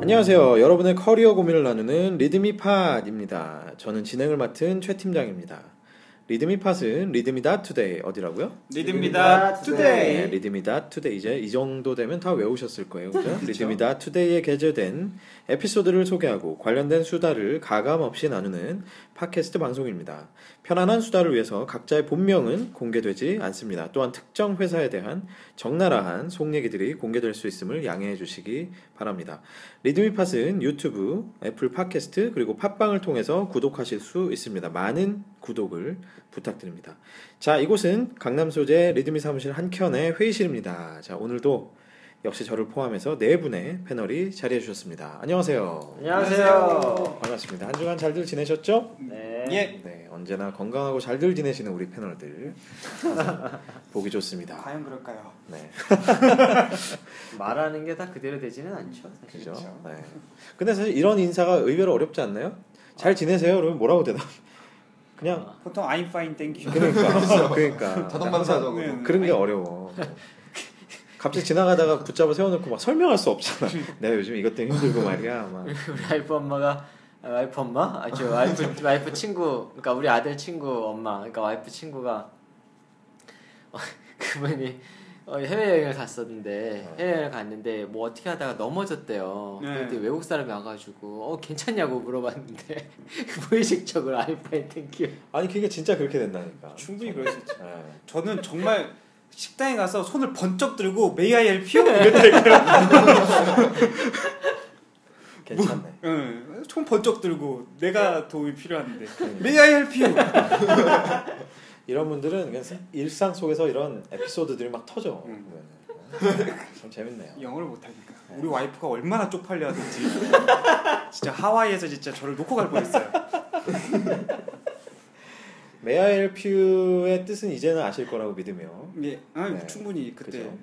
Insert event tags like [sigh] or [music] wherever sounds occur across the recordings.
안녕하세요. 여러분의 커리어 고민을 나누는 리드미팟입니다. 저는 진행을 맡은 최 팀장입니다. 리드미팟은 리드미다 투데이 어디라고요? 리드입니다. 네, 투데이. 리듬이다 투데이 이제 이 정도 되면 다 외우셨을 거예요. 그죠? 그렇죠. 리듬이다 투데이에 게재된 에피소드를 소개하고 관련된 수다를 가감 없이 나누는 팟캐스트 방송입니다. 편안한 수다를 위해서 각자의 본명은 공개되지 않습니다. 또한 특정 회사에 대한 적나라한 속 얘기들이 공개될 수 있음을 양해해 주시기 바랍니다. 리드미팟은 유튜브, 애플 팟캐스트 그리고 팟빵을 통해서 구독하실 수 있습니다. 많은 구독을 부탁드립니다. 자, 이곳은 강남 소재 리드미 사무실 한켠의 회의실입니다. 자, 오늘도 역시 저를 포함해서 네 분의 패널이 자리해 주셨습니다. 안녕하세요. 안녕하세요. 반갑습니다. 한 주간 잘들 지내셨죠? 네. 예. 네, 언제나 건강하고 잘들 지내시는 우리 패널들 [laughs] 항상 보기 좋습니다. 아, 과연 그럴까요? 네, 말하는 게 다 그대로 되지는 않죠. 사실. 그죠? 그렇죠. 네. 근데 사실 이런 인사가 의외로 어렵지 않나요? 잘 지내세요? 그러면 뭐라고 대답? 그냥 보통 I'm fine, thank [laughs] you. 그러니까 그러니까 자동반사적으로 네. 그런 게 어려워. 갑자기 지나가다가 붙잡아 세워놓고 막 설명할 수 없잖아. 내가 요즘 이것 때문에 힘들고 말이야. 막. [laughs] 우리 와이프 엄마가 아, 와이프 엄마? 아, [laughs] 저 와이프 와이프 친구. 그러니까 우리 아들 친구 엄마. 그러니까 와이프 친구가 어, [laughs] 그분이 어, 해외여행을 갔었는데 해외여행을 갔는데 뭐 어떻게 하다가 넘어졌대요. 어. 네. 그때 외국 사람이 와가지고 어 괜찮냐고 물어봤는데 [laughs] 무의식적으로 아이파이 땡큐. 아니 그게 진짜 그렇게 된다니까. 충분히 그럴 수 있죠. 예. 저는 정말 식당에 가서 손을 번쩍 들고 May I help you? [laughs] 이랬다니까요. 괜찮네. 응. 손 번쩍 들고 내가 도움이 필요한데 음. May I help you? 이런 분들은 그냥 사- 일상 속에서 이런 에피소드들이 막 터져. 네. 음. 참 재밌네요. [laughs] 영어를 못하니까 우리 와이프가 얼마나 쪽팔려하는지 진짜 하와이에서 진짜 저를 놓고 갈 뻔했어요. 메아일퓨의 뜻은 이제는 아실 거라고 믿으며. 예, 아, 네. 충분히 그때 그죠?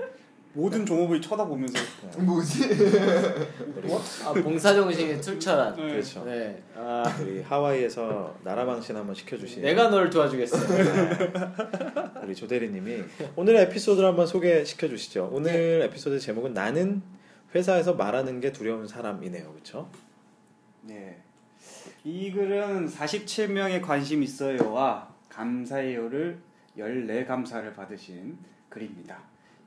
모든 종업을 쳐다보면서 뭐지? 어? 그리고 아 봉사 정신이 [laughs] 출철한. 네. 그렇죠. 네. 아 우리 하와이에서 나라 방신 한번 네. 시켜주신 내가 너를 도와주겠어. [laughs] 우리 조대리님이 오늘의 에피소드를 한번 소개시켜 주시죠. 오늘 네. 에피소드 제목은 나는 회사에서 말하는 게 두려운 사람이네요. 그렇죠? 네. 이 글은 47명의 관심 있어요와 감사해요를 14 감사를 받으신 글입니다.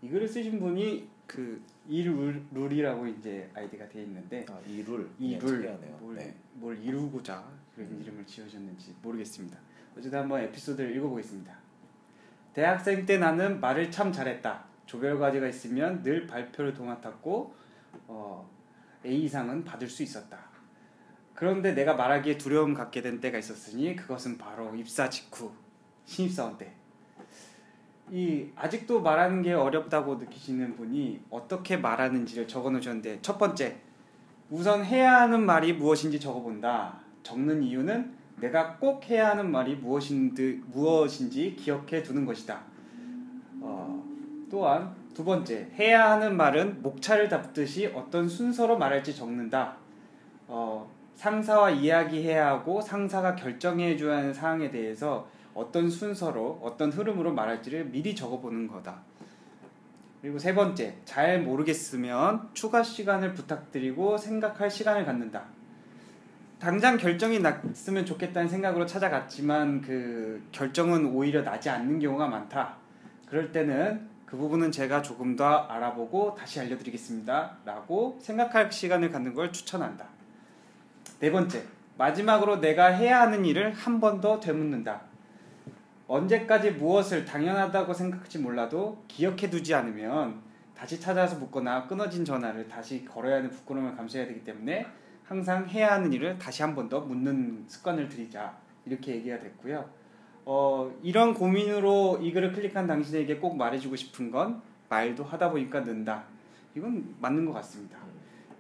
이 글을 쓰신 분이 그 이룰이라고 이제 아이디가 돼 있는데 아, 이룰. 네. 이룰 특이하네요. 음. 뭘, 네. 뭘 이루고자 그런 이름을 지어줬는지 모르겠습니다. 어쨌든 한번 에피소드를 읽어보겠습니다. 대학생 때 나는 말을 참 잘했다. 조별 과제가 있으면 늘 발표를 도맡았고 어, A 이상은 받을 수 있었다. 그런데 내가 말하기에 두려움 갖게 된 때가 있었으니 그것은 바로 입사 직후 신입사원 때. 이 아직도 말하는 게 어렵다고 느끼시는 분이 어떻게 말하는지를 적어놓으셨는데 첫 번째 우선 해야 하는 말이 무엇인지 적어본다. 적는 이유는 내가 꼭 해야 하는 말이 무엇인지, 무엇인지 기억해 두는 것이다. 어, 또한 두 번째, 해야 하는 말은 목차를 잡듯이 어떤 순서로 말할지 적는다. 어, 상사와 이야기해야 하고 상사가 결정해 줘야 하는 사항에 대해서 어떤 순서로 어떤 흐름으로 말할지를 미리 적어보는 거다. 그리고 세 번째, 잘 모르겠으면 추가 시간을 부탁드리고 생각할 시간을 갖는다. 당장 결정이 났으면 좋겠다는 생각으로 찾아갔지만 그 결정은 오히려 나지 않는 경우가 많다. 그럴 때는 그 부분은 제가 조금 더 알아보고 다시 알려드리겠습니다. 라고 생각할 시간을 갖는 걸 추천한다. 네 번째, 마지막으로 내가 해야 하는 일을 한 번 더 되묻는다. 언제까지 무엇을 당연하다고 생각할지 몰라도 기억해두지 않으면 다시 찾아서 묻거나 끊어진 전화를 다시 걸어야 하는 부끄러움을 감수해야 되기 때문에 항상 해야 하는 일을 다시 한 번 더 묻는 습관을 들이자 이렇게 얘기가 됐고요. 어, 이런 고민으로 이 글을 클릭한 당신에게 꼭 말해주고 싶은 건 말도 하다 보니까 는다. 이건 맞는 것 같습니다.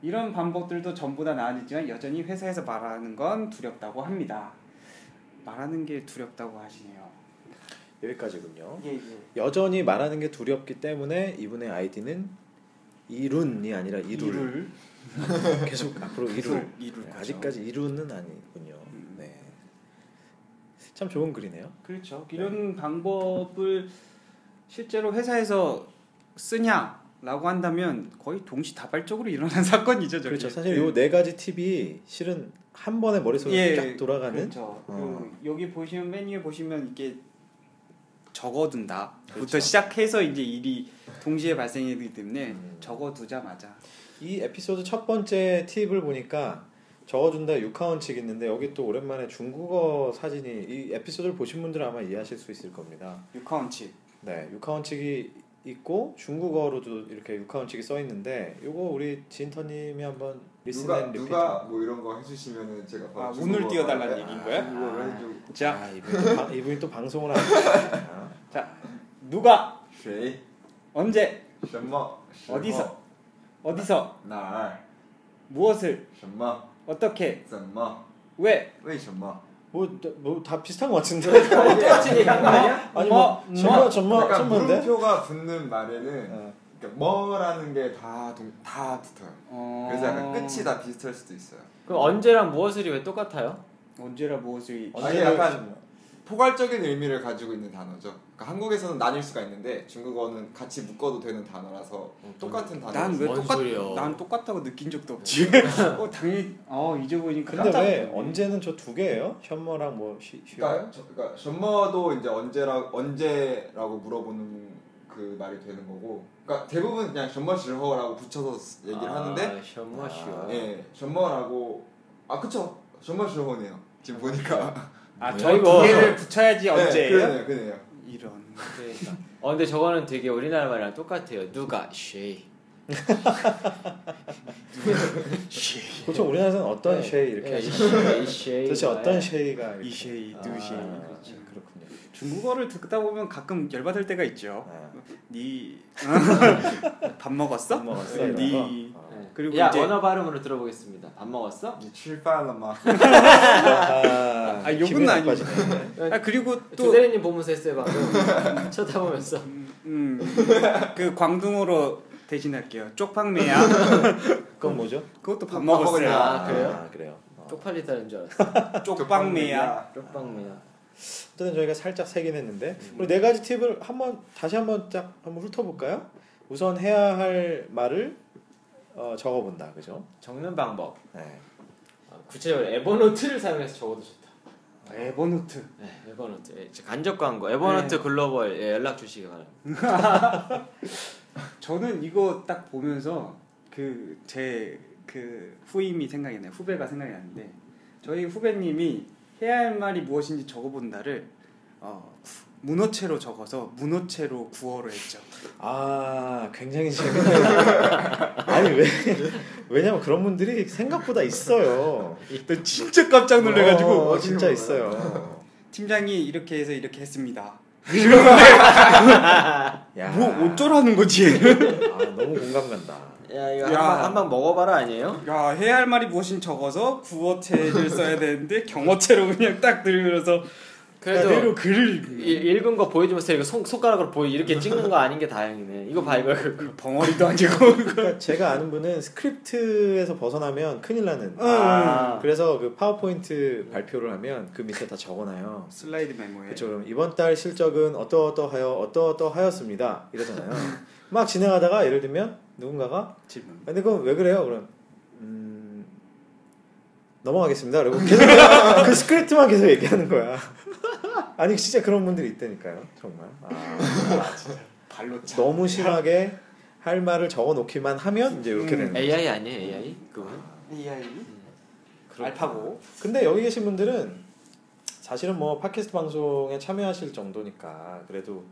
이런 반복들도 전부 다 나아지지만 여전히 회사에서 말하는 건 두렵다고 합니다. 말하는 게 두렵다고 하시네요. 여기까지군요. 예, 예. 여전히 말하는 게 두렵기 때문에 이분의 아이디는 이룬이 아니라 이룰. [laughs] 계속 앞으로 이룰. 계속 이룰 네, 거죠. 아직까지 이룬은 아니군요. 음. 네. 참 좋은 글이네요. 그렇죠. 이런 방법을 실제로 회사에서 쓰냐? 라고 한다면 거의 동시다발적으로 일어난 [laughs] 사건이죠. 저게. 그렇죠. 사실 요 네 가지 팁이 실은 한 번에 머릿속에 예, 쫙 돌아가는 그렇죠. 어. 그리고 여기 보시면 맨 위에 보시면 이게 적어둔다부터 그렇죠. 시작해서 이제 일이 동시에 발생되기 때문에 음. 적어두자마자 이 에피소드 첫 번째 팁을 보니까 적어준다 육하원칙 있는데 여기 또 오랜만에 중국어 사진이 이 에피소드를 보신 분들은 아마 이해하실 수 있을 겁니다. 유카운치 네, 육하원칙이 있고 중국어로도 이렇게 육하원칙이 써 있는데 요거 우리 진터님이 한번 누가 리스닝 누가 뭐 이런 거 해주시면은 제가 어, 아, 바로 운을 뭐. 띄워달라는 얘기인 거야? 아, 아, 이거를 해주고 자, 이분이, 또 방, 이분이 또 방송을 아, 하니까 자 누가 쉐이 언제 什么 어디서? 어디서 哪儿 무엇을 什么 어떻게 怎么 왜 为什么 뭐뭐 다 비슷한 것 같은데 똑같이 한거 어? 아니야? 아니 뭐, 뭐 전마 전마 그러니까 전마인데 물음표가 붙는 말에는 어, 그러니까 뭐라는 게다다 다 붙어요. 어... 그래서 약간 끝이 다 비슷할 수도 있어요. 그럼 언제랑 무엇을이 왜 똑같아요? 언제라 무엇을 아니, 언제를 약간 포괄적인 의미를 가지고 있는 단어죠. 그러니까 한국에서는 나뉠 수가 있는데 중국어는 같이 묶어도 되는 단어라서 똑같은 단어. 난 왜 뭔 똑같 소리야. 난 똑같다고 느낀 적도 없지. 어 당연히 어 이제 보니까 근데 깜짝 왜 놀랐네. 언제는 저 두 개예요? 션머랑 뭐 쉬, 쉬. 그러니까 저- 그러니까 셔머도 이제 언제라 언제라고 물어보는 그 말이 되는 거고. 그러니까 대부분 그냥 셔머 실허라고 붙여서 쓰- 얘기를 아, 아, 하는데 셔머시오. 예 셔머라고 아 그쵸 셔머 실허네요. 지금 보니까 아, 뭐야, 저두 이거. 개를 붙여야지 언제예요? 네, 그러네요, 그러네요. 이런. 그러니까. 어 근데 저거는 되게 우리나라 말이랑 똑같아요. 누가 쉐이. 쉐이. 보통 우리나라에서는 어떤 네. 쉐이 이렇게 예, 하죠? 쉐이, 쉐이. [laughs] 도대체 어떤 쉐이가 이렇게- 이쉐이, 두쉐이. 아, 그렇죠. 그렇군요. 중국어를 듣다 보면 가끔 열받을 때가 있죠. 아, 니밥 [laughs] 먹었어? 밥 먹었어? 네. 이런 니 거? 어. 예. 그리고 야 이제- 언어 발음으로 들어보겠습니다. 안 먹었어? 이 출발라마. 아, 아, 기분이 욕은 아니고. 나빠지네. 아 그리고 조 또 대리님 보면서 했어요 방금 [laughs] 쳐다보면서 음, 그 광둥어로 대신할게요. 쪽팡매야. 그건 뭐죠? 그것도 밥 밥 먹었어요. 먹었냐. 아, 그래요? 아, 그래요. 어. 쪽팔리다는 줄 알았어. 쪽팡매야. 쪽방미야. 어쨌든 저희가 살짝 세긴 했는데 우리 네 가지 팁을 한번 다시 한번 딱 한번 훑어볼까요? 우선 해야 할 말을 어, 적어본다, 그죠? 적는 방법. 네. 아, 구체적으로 에버노트를 사용해서 적어도 좋다. 에버노트. 네, 에버노트. 예, 저 간접 광고. 에버노트 글로벌 예, 연락 주시기 바랍니다. 저는 이거 딱 보면서 그 제 그 후임이 생각이 나요. 후배가 생각이 나는데 저희 후배님이 해야 할 말이 무엇인지 적어본다를 어, 구- 문어체로 적어서 문어체로 구어로 했죠. 아, 굉장히 재밌네요. [laughs] 아니 왜? 왜냐면 그런 분들이 생각보다 있어요. 나 진짜 깜짝 놀래가지고 어, 어떻게 진짜 보면. 있어요. 팀장이 이렇게 해서 이렇게 했습니다. 야. 뭐 어쩌라는 거지? 아, 너무 공감 간다. 야 이거 야. 한방 한방 먹어봐라 아니에요? 야 해야 할 말이 무엇인 적어서 구어체를 써야 되는데 경어체로 그냥 딱 들으면서 그래도 글을 이, 읽은 거 보여주면서 이거 손 손가락으로 보이 이렇게 찍는 거 아닌 게 다행이네. 이거 봐 이거. 음. 이거. 읽- 그 벙어리도 아니고 그러니까 제가 아는 분은 스크립트에서 벗어나면 큰일 나는. 아. 그래서 그 파워포인트 발표를 하면 그 밑에 다 적어놔요. 슬라이드 메모에 그쵸, 그럼 이번 달 실적은 어떠어떠하여 어떠어떠하였습니다. 이러잖아요. 막 진행하다가 예를 들면 누군가가 질문 근데 그건 왜 그래요? 그럼 음, 넘어가겠습니다. [laughs] 그리고 계속 그 스크립트만 계속 얘기하는 거야. 아니 진짜 그런 분들이 있다니까요. 정말. 아, 발로 차 너무 심하게 할 말을 적어놓기만 하면 이제 이렇게 음. 되는 거예요. AI 아니에요 AI 그분? AI 알파고 근데 여기 계신 분들은 사실은 뭐 팟캐스트 방송에 참여하실 정도니까 그래도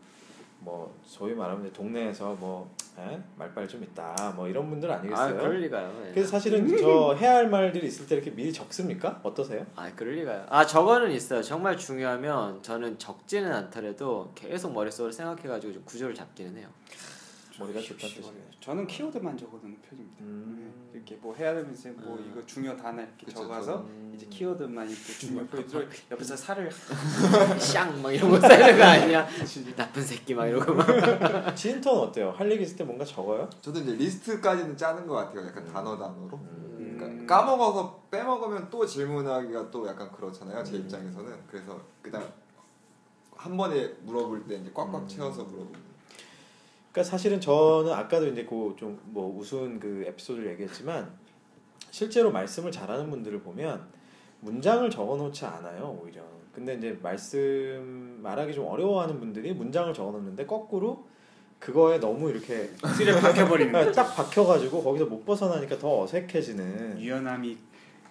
뭐 소위 말하면 이제 동네에서 뭐 에? 말빨 좀 있다 뭐 이런 분들 아 아니겠어요? 그럴 리가요. 예. 그래서 사실은 저 해야 할 말들이 있을 때 이렇게 미리 적습니까? 어떠세요? 아 그럴 리가요. 아 저거는 있어요. 정말 중요하면 저는 적지는 않더라도 계속 머릿속으로 생각해가지고 좀 구조를 잡기는 해요. [laughs] 머리가 좋다는 시원해요. 뜻이네요. 저는 키워드만 적어두는 편입니다 음. 네, 이렇게 뭐 해야 되면서 뭐 음. 이거 중요 단어 이렇게 그쵸, 적어서 음. 이제 키워드만 이렇게 중요 포인트로 옆에서 살을 샹막 이런 거 쓰는 [laughs] 거 아니야? 나쁜 새끼 막 이러고 막. 진턴 어때요? 할 얘기 있을 때 뭔가 적어요? 저도 이제 리스트까지는 짜는 것 같아요. 약간 단어 단어로. 음. 그러니까 까먹어서 빼먹으면 또 질문하기가 또 약간 그렇잖아요. 제 음. 입장에서는 그래서 음. 그냥 한 번에 물어볼 때 이제 꽉꽉 채워서 물어보는. 그러니까 사실은 저는 아까도 이제 그좀뭐 우스운 그 에피소드를 얘기했지만 실제로 말씀을 잘하는 분들을 보면 문장을 적어놓지 않아요 오히려. 근데 이제 말씀 말하기 좀 어려워하는 분들이 문장을 적어놓는데 거꾸로 그거에 너무 이렇게 [laughs] 쓰레 [laughs] 박혀버리는 그러니까 거예요. 딱 박혀가지고 거기서 못 벗어나니까 더 어색해지는 유연함이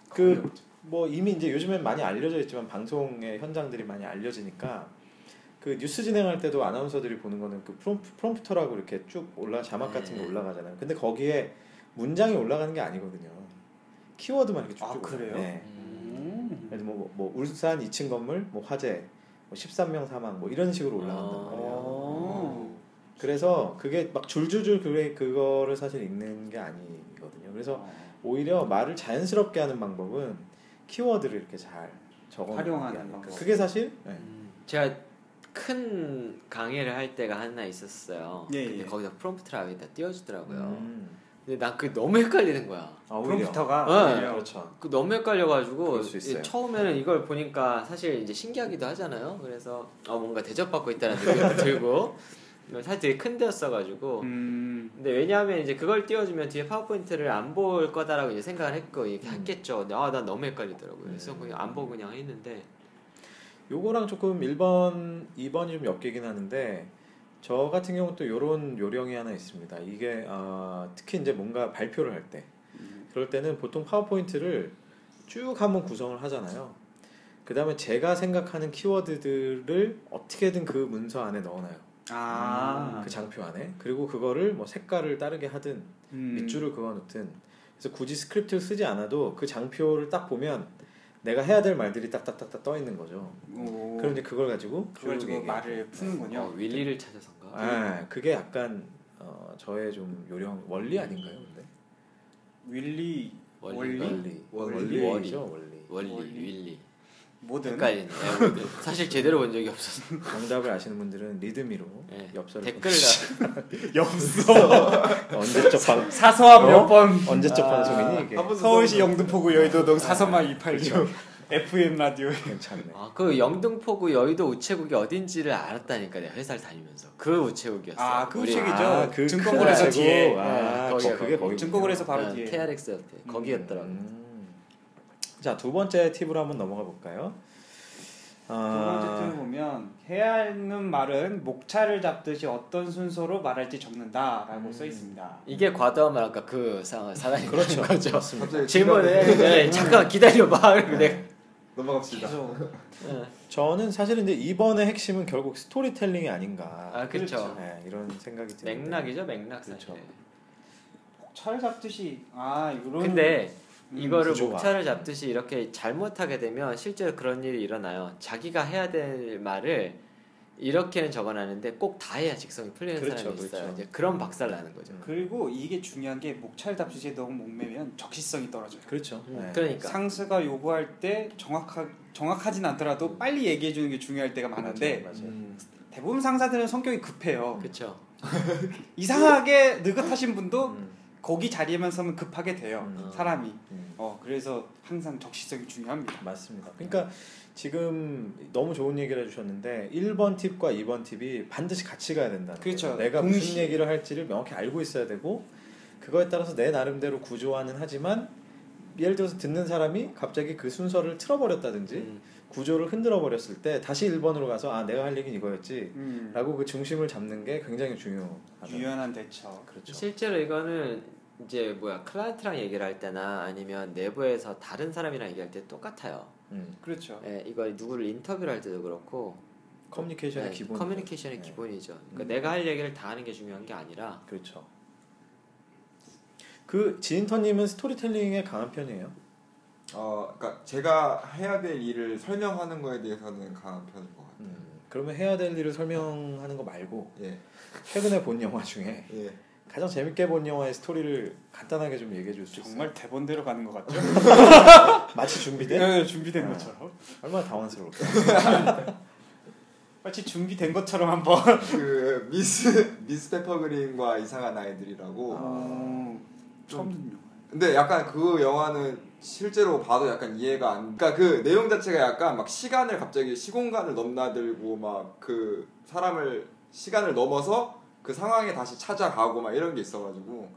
그 뭐 이미 이제 요즘엔 많이 알려져 있지만 방송의 현장들이 많이 알려지니까 그 뉴스 진행할 때도 아나운서들이 보는 거는 그 프롬, 프롬프터라고 이렇게 쭉 올라 자막 같은 게 네. 올라가잖아요. 근데 거기에 문장이 올라가는 게 아니거든요. 키워드만 이렇게 쭉쭉. 아, 올라가요. 그래요? 네. 음. 그래서 뭐, 뭐 울산 2층 건물 뭐 화재 뭐 13명 사망 뭐 이런 식으로 올라간단 아. 말이에요. 오. 어. 그래서 그게 막 줄줄줄 그래 그거를 사실 읽는 게 아니거든요. 그래서 오히려 말을 자연스럽게 하는 방법은 키워드를 이렇게 잘 적어 활용하는 방법. 그게 사실 네. 제가 큰 강의를 할 때가 하나 있었어요. 예, 근데 예. 거기서 프롬프트를 아예 다 띄워주더라고요. 음. 근데 난 그게 너무 헷갈리는 거야. 어. 아, 오히려. 프롬프터가 네. 오히려 그렇죠. 그 너무 헷갈려가지고 그럴 수 있어요. 네. 예, 처음에는 이걸 보니까 사실 이제 신기하기도 하잖아요. 그래서 아, 뭔가 [laughs] 대접받고 있다는 느낌도 들고 사실 되게 큰 데였어가지고 음. 근데 왜냐하면 이제 그걸 띄워주면 뒤에 파워포인트를 안 볼 거다라고 이제 생각을 했고 이렇게 음. 네. 했겠죠. 근데 아, 난 너무 헷갈리더라고요. 그래서 그냥 안 보고 그냥 했는데 요거랑 조금 1번, 2번이 좀 엮이긴 하는데 저 같은 경우 또 요런 요령이 하나 있습니다. 이게 아, 특히 이제 뭔가 발표를 할 때. 음. 그럴 때는 보통 파워포인트를 쭉 한번 구성을 하잖아요. 그다음에 제가 생각하는 키워드들을 어떻게든 그 문서 안에 넣어놔요. 아. 그 장표 안에. 그리고 그거를 뭐 색깔을 따르게 하든 음. 밑줄을 그어놓든 그래서 굳이 스크립트를 쓰지 않아도 그 장표를 딱 보면 내가 해야 될 말들이 딱딱딱딱 떠 있는 거죠. 오. 그럼 이제 그걸 가지고 그걸 쭉 두고 얘기해요. 말을 푸는군요. 어, 윌리를 찾아서인가? 아, 그게 약간 어, 저의 좀 요령 원리 아닌가요, 근데? 윌리 원리? 원리? 원리 원리. 원리죠, 원리. 원리, 원리? 윌리. 모든 [laughs] 헷갈리네. 예, 모든. 사실 제대로 본 적이 없어서. 정답을 아시는 분들은 리드미로 예. 엽서를 댓글을 [laughs] 엽서 보내주세요. 언제적 방 사서함 어? 몇번 아, 언제적 방송이니 이게 서울시 영등포구 여의도동 사서만 286 FM 라디오 괜찮네. 아그 영등포구 여의도 우체국이 어딘지를 알았다니까 내가 회사를 다니면서 그 우체국이었어. 아, 그 우체국이- 아, 저기죠. 그 증권거래소 큰 뒤에. 아, 네, 거, 거기야, 그게 거기. 거기. 증권거래소 바로 어, 뒤에 KRX 옆에 거기였더라고. 음. 자, 두 번째 팁으로 한번 넘어가 볼까요? 아. 두 번째 뭐- 틀을 보면 해야 하는 말은 목차를 잡듯이 어떤 순서로 말할지 적는다라고 써 있습니다. 이게 과도하면 아까 그 사- 사람이 그렇죠. 네, 거죠. 갑자기 [laughs] 질문을 네, 잠깐 기다려봐. 그리고 내가 넘어갑시다. 계속 저는 사실 이제 이번의 핵심은 결국 스토리텔링이 아닌가 아 그렇죠. 그렇죠. 네, 이런 생각이 드는데 음. 맥락이죠 맥락 사실. 네. 그렇죠. 목차를 잡듯이 아 이런 근데 음, 이거를 구조가. 목차를 잡듯이 이렇게 잘못하게 되면 실제로 그런 일이 일어나요. 자기가 해야 될 말을 이렇게는 적어놨는데 꼭 다 해야 직성이 풀리는 그렇죠, 사람이 있어요. 그렇죠. 이제 그런 박살 나는 거죠. 그리고 이게 중요한 게 목차를 잡듯이 너무 목매면 적시성이 떨어져요. 그렇죠. 음, 네. 그러니까 상스가 요구할 때 정확하 정확하진 않더라도 빨리 얘기해 주는 게 중요할 때가 많은데 맞아요. 음. 대부분 상사들은 성격이 급해요. 그렇죠. 이상하게 느긋하신 분도 음, 거기 자리에만 서면 급하게 돼요. 음. 사람이. 음, 어 그래서 항상 적시성이 중요합니다. 맞습니다. 그러니까 지금 너무 좋은 얘기를 해주셨는데 1번 팁과 2번 팁이 반드시 같이 가야 된다는 그렇죠. 거예요. 내가 무슨 동시에. 얘기를 할지를 명확히 알고 있어야 되고 그거에 따라서 내 나름대로 구조화는 하지만 예를 들어서 듣는 사람이 갑자기 그 순서를 틀어버렸다든지 음. 구조를 흔들어 버렸을 때 다시 1번으로 가서 아 내가 할 얘기는 이거였지 음. 라고 그 중심을 잡는 게 굉장히 중요하다. 유연한 대처. 그렇죠. 실제로 이거는 이제 뭐야 클라이언트랑 얘기를 할 때나 아니면 내부에서 다른 사람이랑 얘기할 때 똑같아요. 음. 그렇죠. 예, 이거 누구를 인터뷰를 할 때도 그렇고 커뮤니케이션의 네, 기본. 커뮤니케이션의 네. 기본이죠. 그러니까 음. 내가 할 얘기를 다 하는 게 중요한 게 아니라 그렇죠. 그 지인터님은 스토리텔링에 강한 편이에요. 어, 그러니까 제가 해야 될 일을 설명하는 거에 대해서는 강한 편인 것 같아요. 음. 그러면 해야 될 일을 설명하는 거 말고 예, 최근에 본 영화 중에 예. 가장 재밌게 본 영화의 스토리를 간단하게 좀 얘기해 줄 수 있어요. 정말 대본대로 가는 것 같죠? 마치 그렇죠. 준비된 네, 준비된 아. 것처럼. 얼마나 당황스러울까. 마치 준비된 것처럼 한번. 그 미스 미스 페퍼그린과 이상한 아이들이라고. 오, 처음 듣는 영화. 근데 약간 그 영화는 실제로 봐도 약간 이해가 안. 그러니까 그 내용 자체가 약간 막 시간을 갑자기 시공간을 넘나들고 막 그 사람을 시간을 넘어서 그 상황에 다시 찾아가고 막 이런 게 있어가지고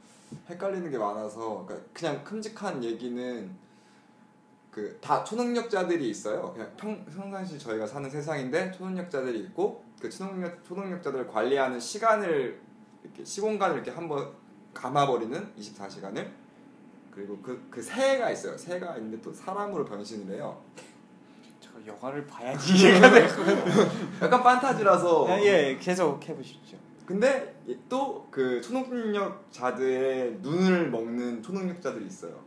헷갈리는 게 많아서 그러니까 그냥 큼직한 얘기는 그 다 초능력자들이 있어요. 그냥 평, 평상시 저희가 사는 세상인데 초능력자들이 있고 그 초능력 초능력자들을 관리하는 시간을 이렇게 시공간을 이렇게 한번 감아버리는 24시간을 그리고 그 그 새가 있어요. 새가 있는데 또 사람으로 변신을 해요. 저 영화를 봐야지 [laughs] 이해가 될 거예요. 약간 판타지라서 아, 예, 계속 해보십시오. 근데 또 그 초능력자들의 눈을 먹는 초능력자들이 있어요.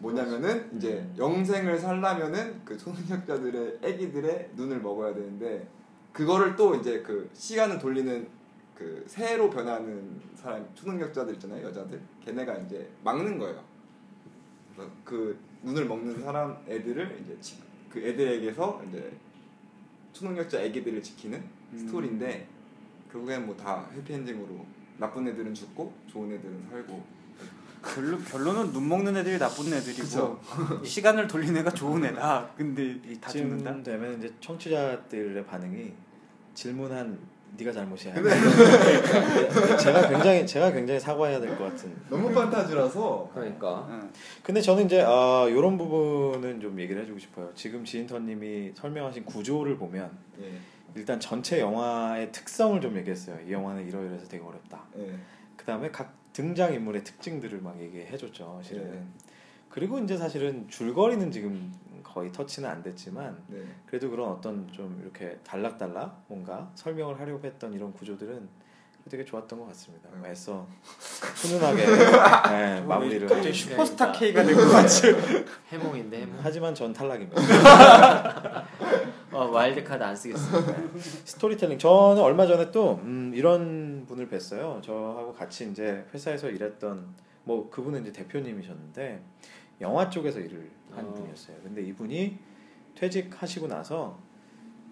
뭐냐면은 이제 영생을 살려면은 그 초능력자들의 아기들의 눈을 먹어야 되는데 그거를 또 이제 그 시간을 돌리는 그 새로 변하는 사람 초능력자들 있잖아요 여자들 걔네가 이제 막는 거예요. 그래서 그 눈을 먹는 사람 애들을 이제 지- 그 애들에게서 이제 초능력자 애기들을 지키는 음. 스토리인데 결국엔 뭐 다 해피엔딩으로 나쁜 애들은 죽고 좋은 애들은 살고 결론, 결론은 눈 먹는 애들이 나쁜 애들이고 그쵸. 시간을 돌린 애가 좋은 애다. 근데 다 이쯤 죽는다. 되면 이제 청취자들의 반응이 질문한 네가 잘못이야. [laughs] 제가 굉장히 제가 굉장히 사과해야 될 것 같은. 너무 판타지라서 그러니까 응. 근데 저는 이제 아 이런 부분은 좀 얘기를 해주고 싶어요. 지금 지인터님이 설명하신 구조를 보면 예, 일단 전체 영화의 특성을 좀 얘기했어요. 이 영화는 이러이러해서 되게 어렵다. 예. 그 다음에 각 등장 인물의 특징들을 막 얘기해줬죠. 실은. 네. 그리고 이제 사실은 줄거리는 지금 거의 터치는 안 됐지만 네. 그래도 그런 어떤 좀 이렇게 달락달락 뭔가 설명을 하려고 했던 이런 구조들은 되게 좋았던 것 같습니다. 음. 애써 훈훈하게 [laughs] 네, 마무리를 갑자기 하고. 슈퍼스타 K가 된 것 같이. 음, 그러니까 해몽인데 해몽. 하지만 전 탈락입니다. 어 와일드 카드 안 쓰겠습니다. 스토리텔링 저는 얼마 전에 또 음, 이런 분을 뵀어요. 저하고 같이 이제 회사에서 일했던 뭐 그분은 이제 대표님이셨는데 영화 쪽에서 일을 한 어. 분이었어요. 근데 이분이 퇴직하시고 나서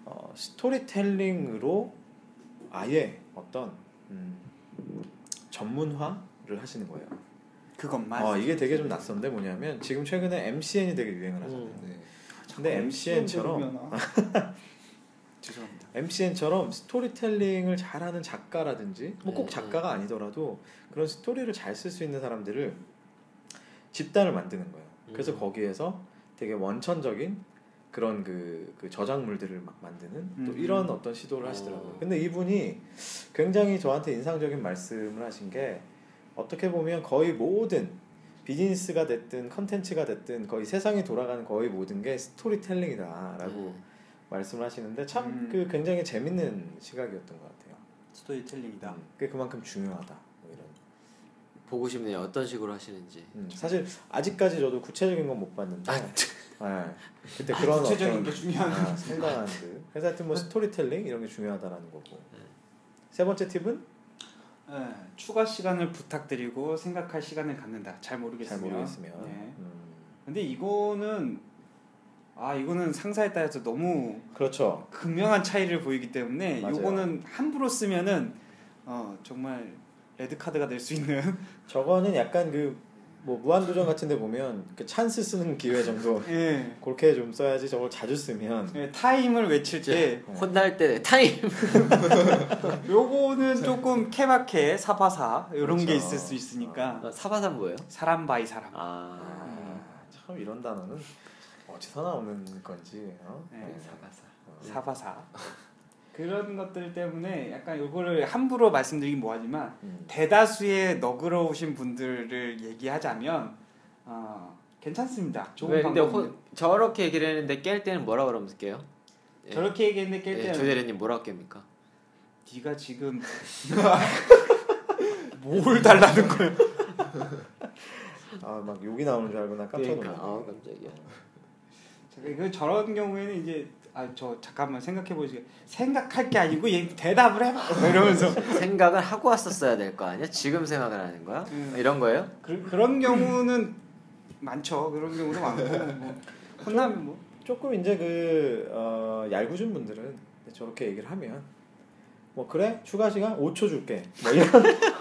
어, 스토리텔링으로 아예 어떤 음, 전문화를 하시는 거예요. 그것만. 어, 이게 되게 좀 낯선데 뭐냐면 지금 최근에 MCN이 되게 유행을 하잖아요. 음. 네. 근데 MCN처럼 [laughs] 죄송합니다. MCN처럼 스토리텔링을 잘하는 작가라든지 뭐 꼭 네. 작가가 아니더라도 그런 스토리를 잘 쓸 수 있는 사람들을 집단을 만드는 거예요. 그래서 음. 거기에서 되게 원천적인 그런 그, 그 저작물들을 막 만드는 또 음. 이런 어떤 시도를 하시더라고요. 오. 근데 이분이 굉장히 저한테 인상적인 말씀을 하신 게 어떻게 보면 거의 모든 비즈니스가 됐든 컨텐츠가 됐든 거의 세상이 돌아가는 거의 모든 게 스토리텔링이다라고 말씀을 하시는데 참 음. 그 굉장히 재밌는 시각이었던 것 같아요. 음, 스토리텔링이다. 그게 그만큼 중요하다. 뭐 이런. 예. 보고 싶네요. 어떤 식으로 하시는지. 음, 사실 아직까지 저도 구체적인 건 못 봤는데. 아, 예. 그때 그런 아, 구체적인 어떤 게 중요한. 아, 상당한 그. 그래서 하여튼 뭐 스토리텔링 이런 게 중요하다라는 거고. 세 번째 팁은 네, 추가 시간을 부탁드리고 생각할 시간을 갖는다. 잘 모르겠으면. 잘 모르겠으면. 네. 음, 근데 이거는 아 이거는 상사에 따라서 너무 그렇죠. 극명한 차이를 보이기 때문에 맞아요. 요거는 함부로 쓰면은 어 정말 레드 카드가 될 수 있는 저거는 약간 그 뭐 무한도전 같은데 보면 그 찬스 쓰는 기회 정도 예. 그렇게 좀 써야지 저걸 자주 쓰면 예, 타임을 외칠 예. 때 혼날 때 타임. 요거는 조금 케바케 사바사 이런 그렇죠. 게 있을 수 있으니까 어, 사바산 뭐예요? 사람 바이 사람 아. 아, 참 이런 단어는 어디서나 없는 건지. 어? 네. 네. 사바사. 사바사 그런 것들 때문에 약간 요거를 함부로 말씀드리긴 뭐하지만 음. 대다수의 너그러우신 분들을 얘기하자면 어, 괜찮습니다. 좋은 왜 네, 근데 방법. 혼, 저렇게 얘기를 했는데 깰 때는 뭐라 그러면 깨요? 예. 저렇게 얘기했는데 깰 예, 때는 조대리님 뭐라고 깹니까? 네가 지금 [laughs] 뭘 달라는 거야? 아 막 욕이 나오는 줄 알고 나 깜짝 그러니까 놀랐네. 아 깜짝이야. 그 저런 경우에는 이제 아 저 잠깐만 생각해 보시게 생각할 게 아니고 얘 대답을 해봐 뭐 이러면서 생각을 하고 왔었어야 될 거 아니야? 지금 생각을 하는 거야? 음. 이런 거예요? 그, 그런 경우는 많죠. 그런 경우도 많고 뭐 혼나면 뭐 조금 이제 그 어, 얄궂은 분들은 저렇게 얘기를 하면 뭐 그래 추가 시간 5초 줄게. 뭐 이런.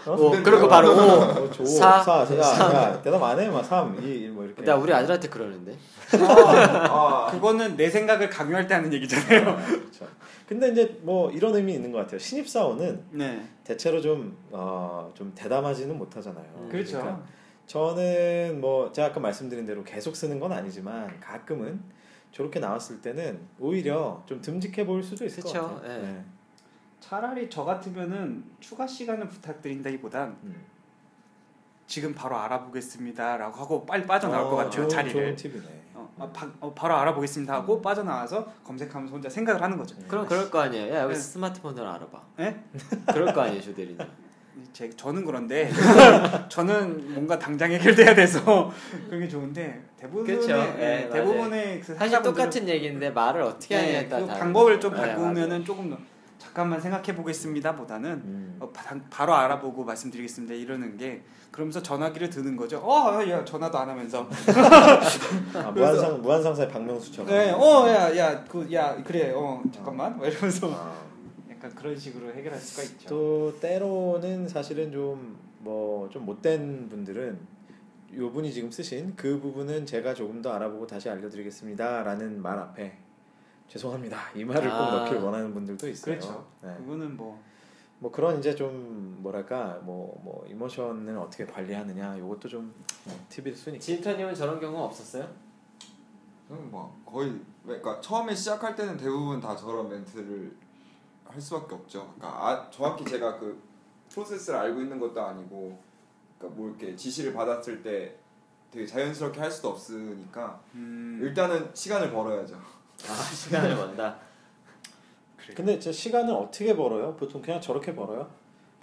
오, 어, 그리고 바로 오. 어, 조, 사, 4, 4, 야, 대답 안 해, 막 3, 2, 1, 뭐 이렇게. 나 우리 아들한테 그러는데. 아, 그거는 내 생각을 강요할 때 하는 얘기잖아요. 그렇죠. 근데 이제 뭐 이런 의미 있는 것 같아요. 신입 사원은 네. 대체로 좀어좀 대담하지는 못하잖아요. 그렇죠. 그러니까 저는 뭐 제가 아까 말씀드린 대로 계속 쓰는 건 아니지만 가끔은 저렇게 나왔을 때는 오히려 좀 듬직해 보일 수도 있을 그쵸, 것 같아요. 예. 네. 차라리 저 같으면은 추가 시간을 부탁드린다기보단 음. 지금 바로 알아보겠습니다라고 하고 빨리 빠져나올 것 어, 같아요 좋은- 좋은 자리를. 팁이네. 어, 아, 바, 어, 바로 알아보겠습니다 하고 빠져나와서 검색하면서 혼자 생각을 하는 거죠. 그럼 그럴 거 아니에요. 야, 여기 네. 스마트폰으로 알아봐. 예? 그럴 거 아니에요, 조대리님. 제, 저는 그런데 [laughs] 저는 뭔가 당장 해결돼야 돼서 [laughs] 그런 게 좋은데 대부분의 그쵸. 네, 예, 맞아요. 대부분의 그 사실 상사분들은 똑같은 얘기인데 말을 어떻게 하냐에 네, 따라 그 다른 방법을 거죠. 좀 네, 바꾸면은 조금 더 잠깐만 생각해 보겠습니다보다는 음. 어, 바, 바로 알아보고 말씀드리겠습니다 이러는 게 그러면서 전화기를 드는 거죠. 어, 야, 전화도 안 하면서. 아, 무한상 무한상사의 박명수처럼. 네, 어, 야, 야, 그, 야, 그래, 어, 잠깐만, 막 이러면서 [laughs] 아. 그렇죠. 약간 그런 식으로 해결할 수가 있죠. 또 때로는 사실은 좀 뭐 좀 못된 분들은 요 분이 지금 쓰신 그 부분은 제가 조금 더 알아보고 다시 알려드리겠습니다라는 말 앞에 죄송합니다 이 말을 아. 꼭 넣길 원하는 분들도 있어요. 그렇죠. 네. 그거는 뭐 뭐 그런 이제 좀 뭐랄까 뭐 뭐 이모션을 어떻게 관리하느냐 요것도 좀뭐 팁일 수니. 진터님은 저런 경우 없었어요? 저는 뭐 거의 그러니까 처음에 시작할 때는 대부분 다 저런 멘트를 할 수밖에 없죠. 그러니까 아, 정확히 제가 그 프로세스를 알고 있는 것도 아니고 그러니까 뭐 이렇게 지시를 받았을 때 되게 자연스럽게 할 수도 없으니까 음, 일단은 시간을 벌어야죠. 아 [laughs] 시간을 번다. 그래. 근데 제 시간을 어떻게 벌어요? 보통 그냥 저렇게 벌어요?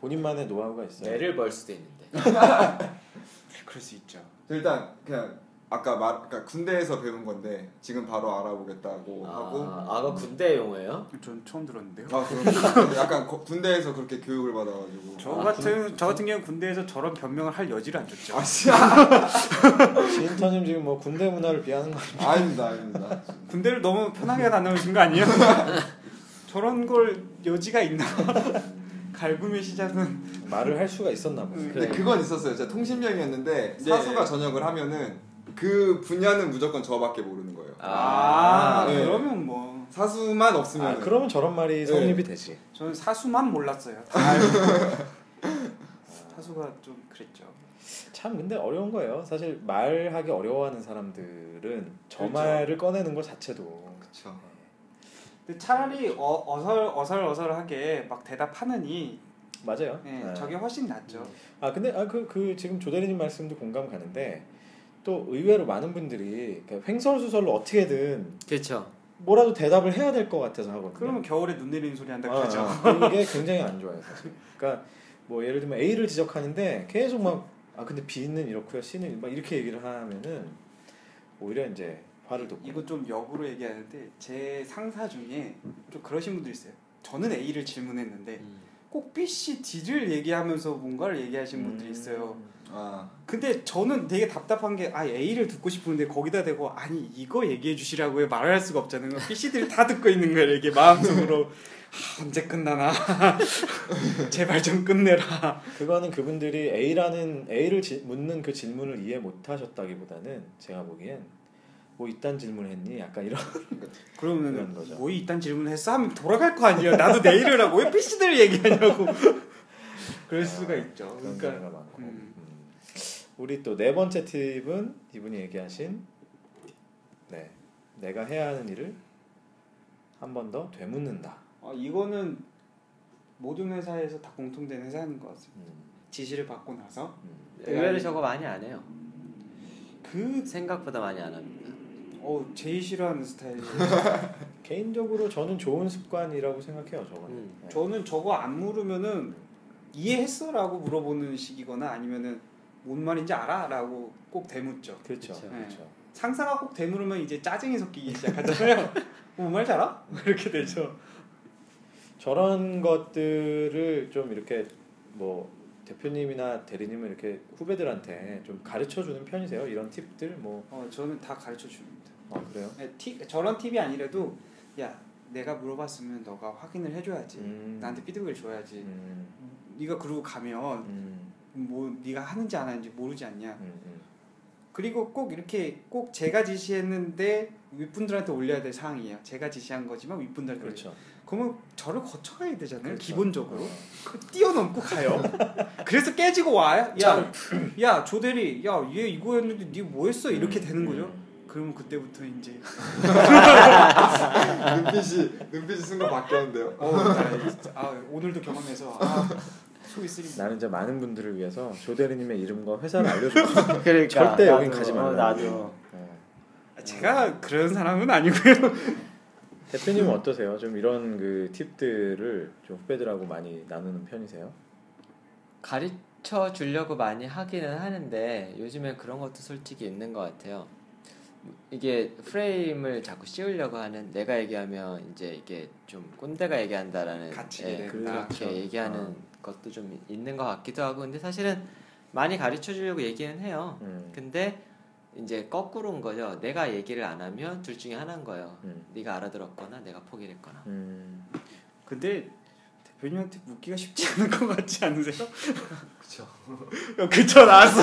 본인만의 노하우가 있어요? 매를 벌 수도 있는데. 그럴 수 있죠. 일단 그냥 아까 말 그러니까 군대에서 배운 건데 지금 바로 알아보겠다고 하고 아, 아가 군대 용어예요? 전 처음 들었는데요. 아 그럼 약간 거- 군대에서 그렇게 교육을 받아가지고 저 같은 저 같은 경우 군대에서 저런 변명을 할 여지를 안 줬죠. 아, 진짜? 지인터님 지금 뭐 군대 문화를 비하는 거 아닙니다 아닙니다 [laughs] 군대를 너무 편하게 다녀오신 거 아니에요? [laughs] 저런 걸 여지가 있나? [laughs] 갈굼의 시작은 말을 할 수가 있었나 아, 보네. 근데 그래. 그건 있었어요 제가 통신병이었는데 네. 사수가 전역을 하면은 그 분야는 무조건 저밖에 모르는 거예요 아, 네. 그러면 뭐 사수만 없으면 아, 그러면 저런 말이 성립이 네. 되지. 저는 사수만 몰랐어요. [laughs] 다 알고. 사수가 좀 그랬죠. 참 근데 어려운 거예요. 사실 말하기 어려워하는 사람들은 저 그렇죠. 말을 꺼내는 것 자체도 그쵸 근데 네, 차라리 그렇죠. 어, 어설 어설어설하게 막 대답하느니 맞아요. 예, 네. 저게 훨씬 낫죠. 음. 아 근데 아 그 그 지금 조대리님 말씀도 공감 가는데 또 의외로 많은 분들이 그러니까 횡설수설로 어떻게든 그렇죠. 뭐라도 대답을 해야 될 것 같아서 하거든요. 그러면 겨울에 눈 내리는 소리 한다 어, 아, 그러죠. 아, 이게 굉장히 안 좋아요 사실. 그러니까 뭐 예를 들면 A를 지적하는데 계속 막 아 근데 B는 이렇고요 C는 막 이렇게 얘기를 하면은 오히려 이제 화를 돋고 이거 좀 역으로 얘기하는데 제 상사 중에 좀 그러신 분들 있어요. 저는 A를 질문했는데 음. 꼭 B, C, D를 얘기하면서 뭔가를 얘기하시는 분들이 음. 있어요. 아 근데 저는 되게 답답한 게 아, A를 듣고 싶은데 거기다 대고 아니 이거 얘기해 주시라고 말할 수가 없잖아요. B, C들이 다 듣고 있는 거예요. 이게 마음속으로 아, 언제 끝나나 [laughs] 제발 좀 끝내라. 그거는 그분들이 A라는 A를 지- 묻는 그 질문을 이해 못하셨다기보다는 제가 보기엔 뭐 이딴 질문했니? 약간 이런 그런 그러면 거죠. 뭐 이딴 질문을 했어 하면 돌아갈 거 아니에요. 나도 내일을 하고 왜 B, C들을 얘기하냐고 [laughs] 그럴 수가 있죠. 아, 그런 그러니까 경우가 많고 음. 음. 우리 또 네 번째 팁은 이분이 얘기하신 네 내가 해야 하는 일을 한 번 더 되묻는다. 어, 이거는 모든 회사에서 다 공통된 회사인 것 같습니다. 음, 지시를 받고 나서 음. 의외로 저거 많이 안 해요. 그 생각보다 많이 안 합니다. 어, 제일 싫어하는 스타일이에요. 네. 개인적으로 저는 좋은 습관이라고 생각해요. 저거는. 음. 네. 저는 저거 안 음. 물으면은 이해했어라고 물어보는 식이거나 아니면은 뭔 말인지 알아라고 꼭 대묻죠. 그렇죠. 그쵸. 그렇죠. 네. 상사가 꼭 대물으면 이제 짜증이 [laughs] 섞이기 시작하잖아요. [laughs] 뭔 말인지 알아? 이렇게 되죠. 저런 것들을 좀 이렇게 뭐 대표님이나 대리님은 이렇게 후배들한테 좀 가르쳐 주는 편이세요? 이런 팁들 뭐 어, 저는 다 가르쳐 줍니다. 아, 그래요? 네, 팁- 저런 팁이 아니라도 야 내가 물어봤으면 너가 확인을 해줘야지. 음. 나한테 피드백을 줘야지. 음, 네가 그러고 가면 음, 뭐 네가 하는지 안 하는지 모르지 않냐. 음, 그리고 꼭 이렇게 꼭 제가 지시했는데 윗분들한테 올려야 될 사항이에요. 제가 지시한 거지만 음. 윗분들한테 올려요. 그렇죠. 그러면 저를 거쳐가야 되잖아요. 그렇죠. 기본적으로 그 뛰어넘고 가요. 그래서 깨지고 와요. 야, 야 조대리, 야 얘 이거였는데 니 뭐했어? 음. 이렇게 되는 거죠. 그러면 그때부터 이제 눈빛이 눈빛이 순간 바뀌었는데요. 어, 나 진짜, 아, 오늘도 경험해서 아, 속이 쓰립니다. 나는 이제 많은 분들을 위해서 조대리님의 이름과 회사를 [laughs] 알려줬어. 그러니까 절대 여긴 나도, 가지 어, 말라고. 나도 어, 아, 제가 그런 사람은 아니고요. 대표님은 어떠세요? 좀 이런 그 팁들을 좀 후배들하고 많이 나누는 편이세요? 가르쳐 주려고 많이 하기는 하는데 요즘엔 그런 것도 솔직히 있는 것 같아요. 이게 프레임을 자꾸 씌우려고 하는 내가 얘기하면 이제 이게 좀 꼰대가 얘기한다라는 같이 예, 얘기해. 그렇게 그렇죠. 얘기하는 어. 것도 좀 있는 것 같기도 하고 근데 사실은 많이 가르쳐 주려고 얘기는 해요. 음. 근데 이제 거꾸로인 거죠. 내가 얘기를 안 하면 둘 중에 하나인 거예요. 음. 네가 알아들었거나 내가 [laughs] 포기를 했거나. 음. 근데 대표님한테 묻기가 쉽지 않은 것 같지 않으세요? 어, 그쵸. 그쵸 나왔어.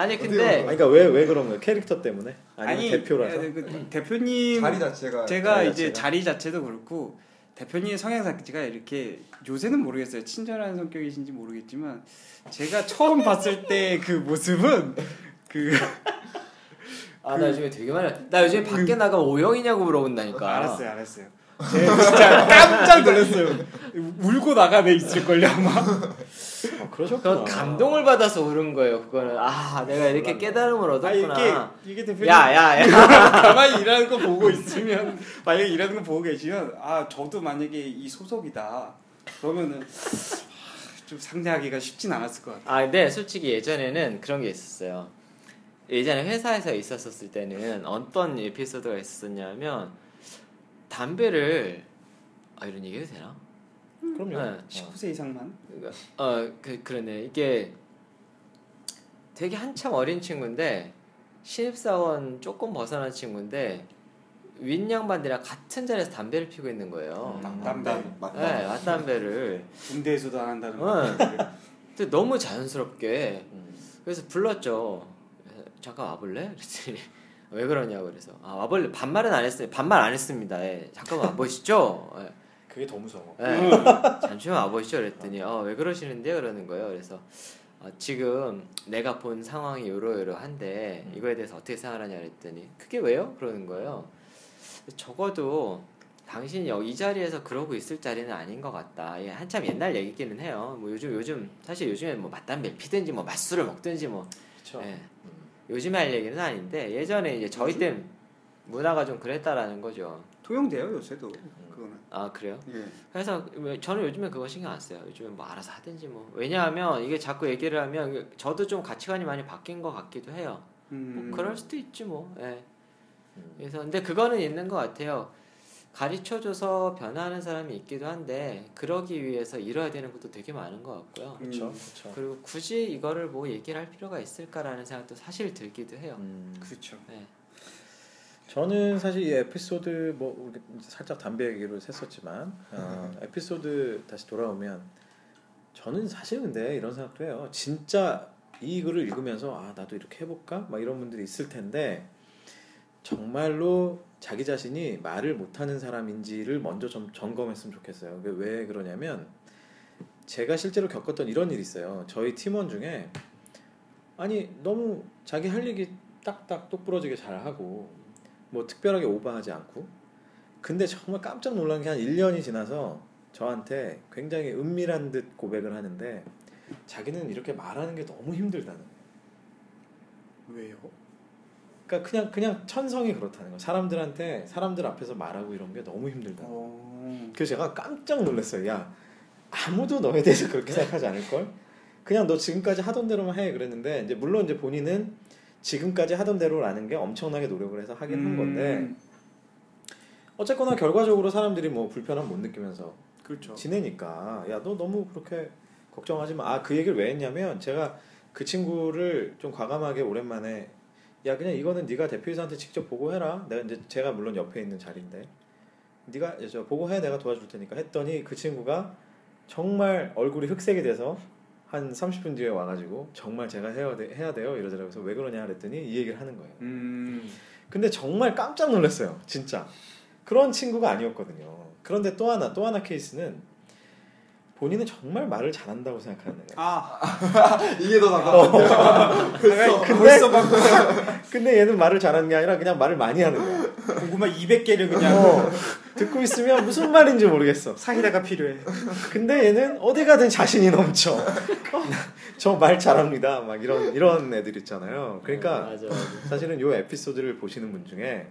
아니 근데 아니, 그러니까 왜 왜 그런 거예요? 캐릭터 때문에? 아니면 대표라서? 예, 그 대표님 자리 자체가 제가 자리 이제 자체가? 자리 자체도 그렇고 대표님 성향 자체가 이렇게 요새는 모르겠어요 친절한 성격이신지 모르겠지만 제가 처음 봤을 때 그 모습은 그 아 나 요즘에 되게 많이 나 요즘에 밖에 나가면 오영이냐고 물어본다니까. 아, 알았어요 알았어요 제가 진짜 깜짝 놀랐어요 울고 나가네 있을걸요 아마 아, 그러셨구나. 어. 그건 감동을 받아서 울은 거예요. 그거는 아 내가 이렇게 몰랐네. 깨달음을 아, 얻었구나. 이게 이게 대표님 야야 야. 가만히 일하는 거 보고 있으면 만약에 일하는 거 보고 계시면 아 저도 만약에 이 소속이다 그러면은 아, 좀 상대하기가 쉽진 않았을 것 같아요 아 근데 솔직히 예전에는 그런 게 있었어요. 예전에 회사에서 있었었을 때는 어떤 에피소드가 있었냐면 담배를 아 이런 얘기 해도 되나? 그럼요. 아. 네. 19세 이상만 어그 그러네 이게 되게 한참 어린 친구인데 신입사원 조금 벗어난 친구인데 윗 양반들이랑 같은 자리에서 담배를 피고 있는 거예요. 음. 맞다. 네, 맞담배를. 군대에서도 안 한다는 응. 거. 근데 너무 자연스럽게 음. 그래서 불렀죠. 그래서 잠깐 와볼래? 그랬더니 [laughs] 왜 그러냐고 그래서 아 와볼래 반말은 안 했어요. 반말 안 했습니다. 예, 잠깐 와보시죠. 예. 그게 더 무서워. 예. [laughs] 잠시만 와보시죠 그랬더니 어, 왜 그러시는데요 그러는 거예요 그래서 어, 지금 내가 본 상황이 요러요러한데 이거에 대해서 어떻게 생각하냐 그랬더니 그게 왜요? 그러는 거예요 적어도 당신이 여기 이 자리에서 그러고 있을 자리는 아닌 것 같다 예, 한참 옛날 얘기기는 해요 뭐 요즘 요즘 사실 요즘엔 뭐 맞담배 피든지 뭐 맞술을 먹든지 뭐 그렇죠. 예. 요즘에 할 얘기는 아닌데 예전에 이제 저희 때 문화가 좀 그랬다라는 거죠 통용돼요 요새도 그거는. 아 그래요? 예. 그래서 왜- 저는 요즘에 그거 신경 안 써요. 요즘에 뭐 알아서 하든지 뭐. 왜냐하면 이게 자꾸 얘기를 하면 이게 저도 좀 가치관이 많이 바뀐 것 같기도 해요. 뭐 음. 그럴 수도 있지 뭐. 예. 음. 그래서 근데 그거는 있는 것 같아요. 가르쳐줘서 변화하는 사람이 있기도 한데 그러기 위해서 이뤄야 되는 것도 되게 많은 것 같고요. 그렇죠. 음. 그렇죠. 그리고 굳이 이거를 뭐 얘기를 할 필요가 있을까라는 생각도 사실 들기도 해요. 음. 그렇죠. 예. 저는 사실 이 에피소드 뭐 우리 살짝 담배 얘기로 했었지만 어, 에피소드 다시 돌아오면 저는 사실 근데 이런 생각도 해요. 진짜 이 글을 읽으면서 아 나도 이렇게 해볼까? 막 이런 분들이 있을 텐데 정말로 자기 자신이 말을 못하는 사람인지를 먼저 좀 점검했으면 좋겠어요. 그게 왜 그러냐면 제가 실제로 겪었던 이런 일이 있어요. 저희 팀원 중에 아니 너무 자기 할 얘기 딱딱 똑부러지게 잘하고 뭐 특별하게 오버하지 않고 근데 정말 깜짝 놀란 게 한 1년이 지나서 저한테 굉장히 은밀한 듯 고백을 하는데 자기는 이렇게 말하는 게 너무 힘들다는 거예요. 왜요? 그러니까 그냥 그냥 천성이 그렇다는 거예요. 사람들한테 사람들 앞에서 말하고 이런 게 너무 힘들다는 거예요. 어. 그래서 제가 깜짝 놀랐어요. 야 아무도 너에 대해서 그렇게 생각하지 않을 걸. 그냥 너 지금까지 하던 대로만 해 그랬는데 이제 물론 이제 본인은 지금까지 하던 대로라는 게 엄청나게 노력을 해서 하긴 한 음. 건데 어쨌거나 결과적으로 사람들이 뭐 불편함 못 느끼면서 그렇죠. 지내니까 야 너 너무 그렇게 걱정하지 마. 아 그 얘기를 왜 했냐면 제가 그 친구를 좀 과감하게 오랜만에 야 그냥 이거는 네가 대표이사한테 직접 보고해라. 내가 이제 제가 물론 옆에 있는 자리인데 네가 저 보고해 내가 도와줄 테니까 했더니 그 친구가 정말 얼굴이 흑색이 돼서 한 30분 뒤에 와가지고 정말 제가 해야, 돼, 해야 돼요 이러더라고요. 그래서 왜 그러냐 그랬더니 이 얘기를 하는 거예요. 음. 근데 정말 깜짝 놀랐어요. 진짜. 그런 친구가 아니었거든요. 그런데 또 하나 또 하나 케이스는 본인은 정말 말을 잘한다고 생각하는 애가. 아, 이게 더 나가. 그래서 근데 [laughs] 근데 얘는 말을 잘하는 게 아니라 그냥 말을 많이 하는 거야. 고구마 200개를 그냥 어, 듣고 있으면 무슨 말인지 모르겠어. 사이다가 필요해. 근데 얘는 어디 가든 자신이 넘쳐. [laughs] 저 말 잘합니다. 막 이런 이런 애들 있잖아요. 네, 그러니까 음, 맞아, 맞아. 사실은 요 에피소드를 보시는 분 중에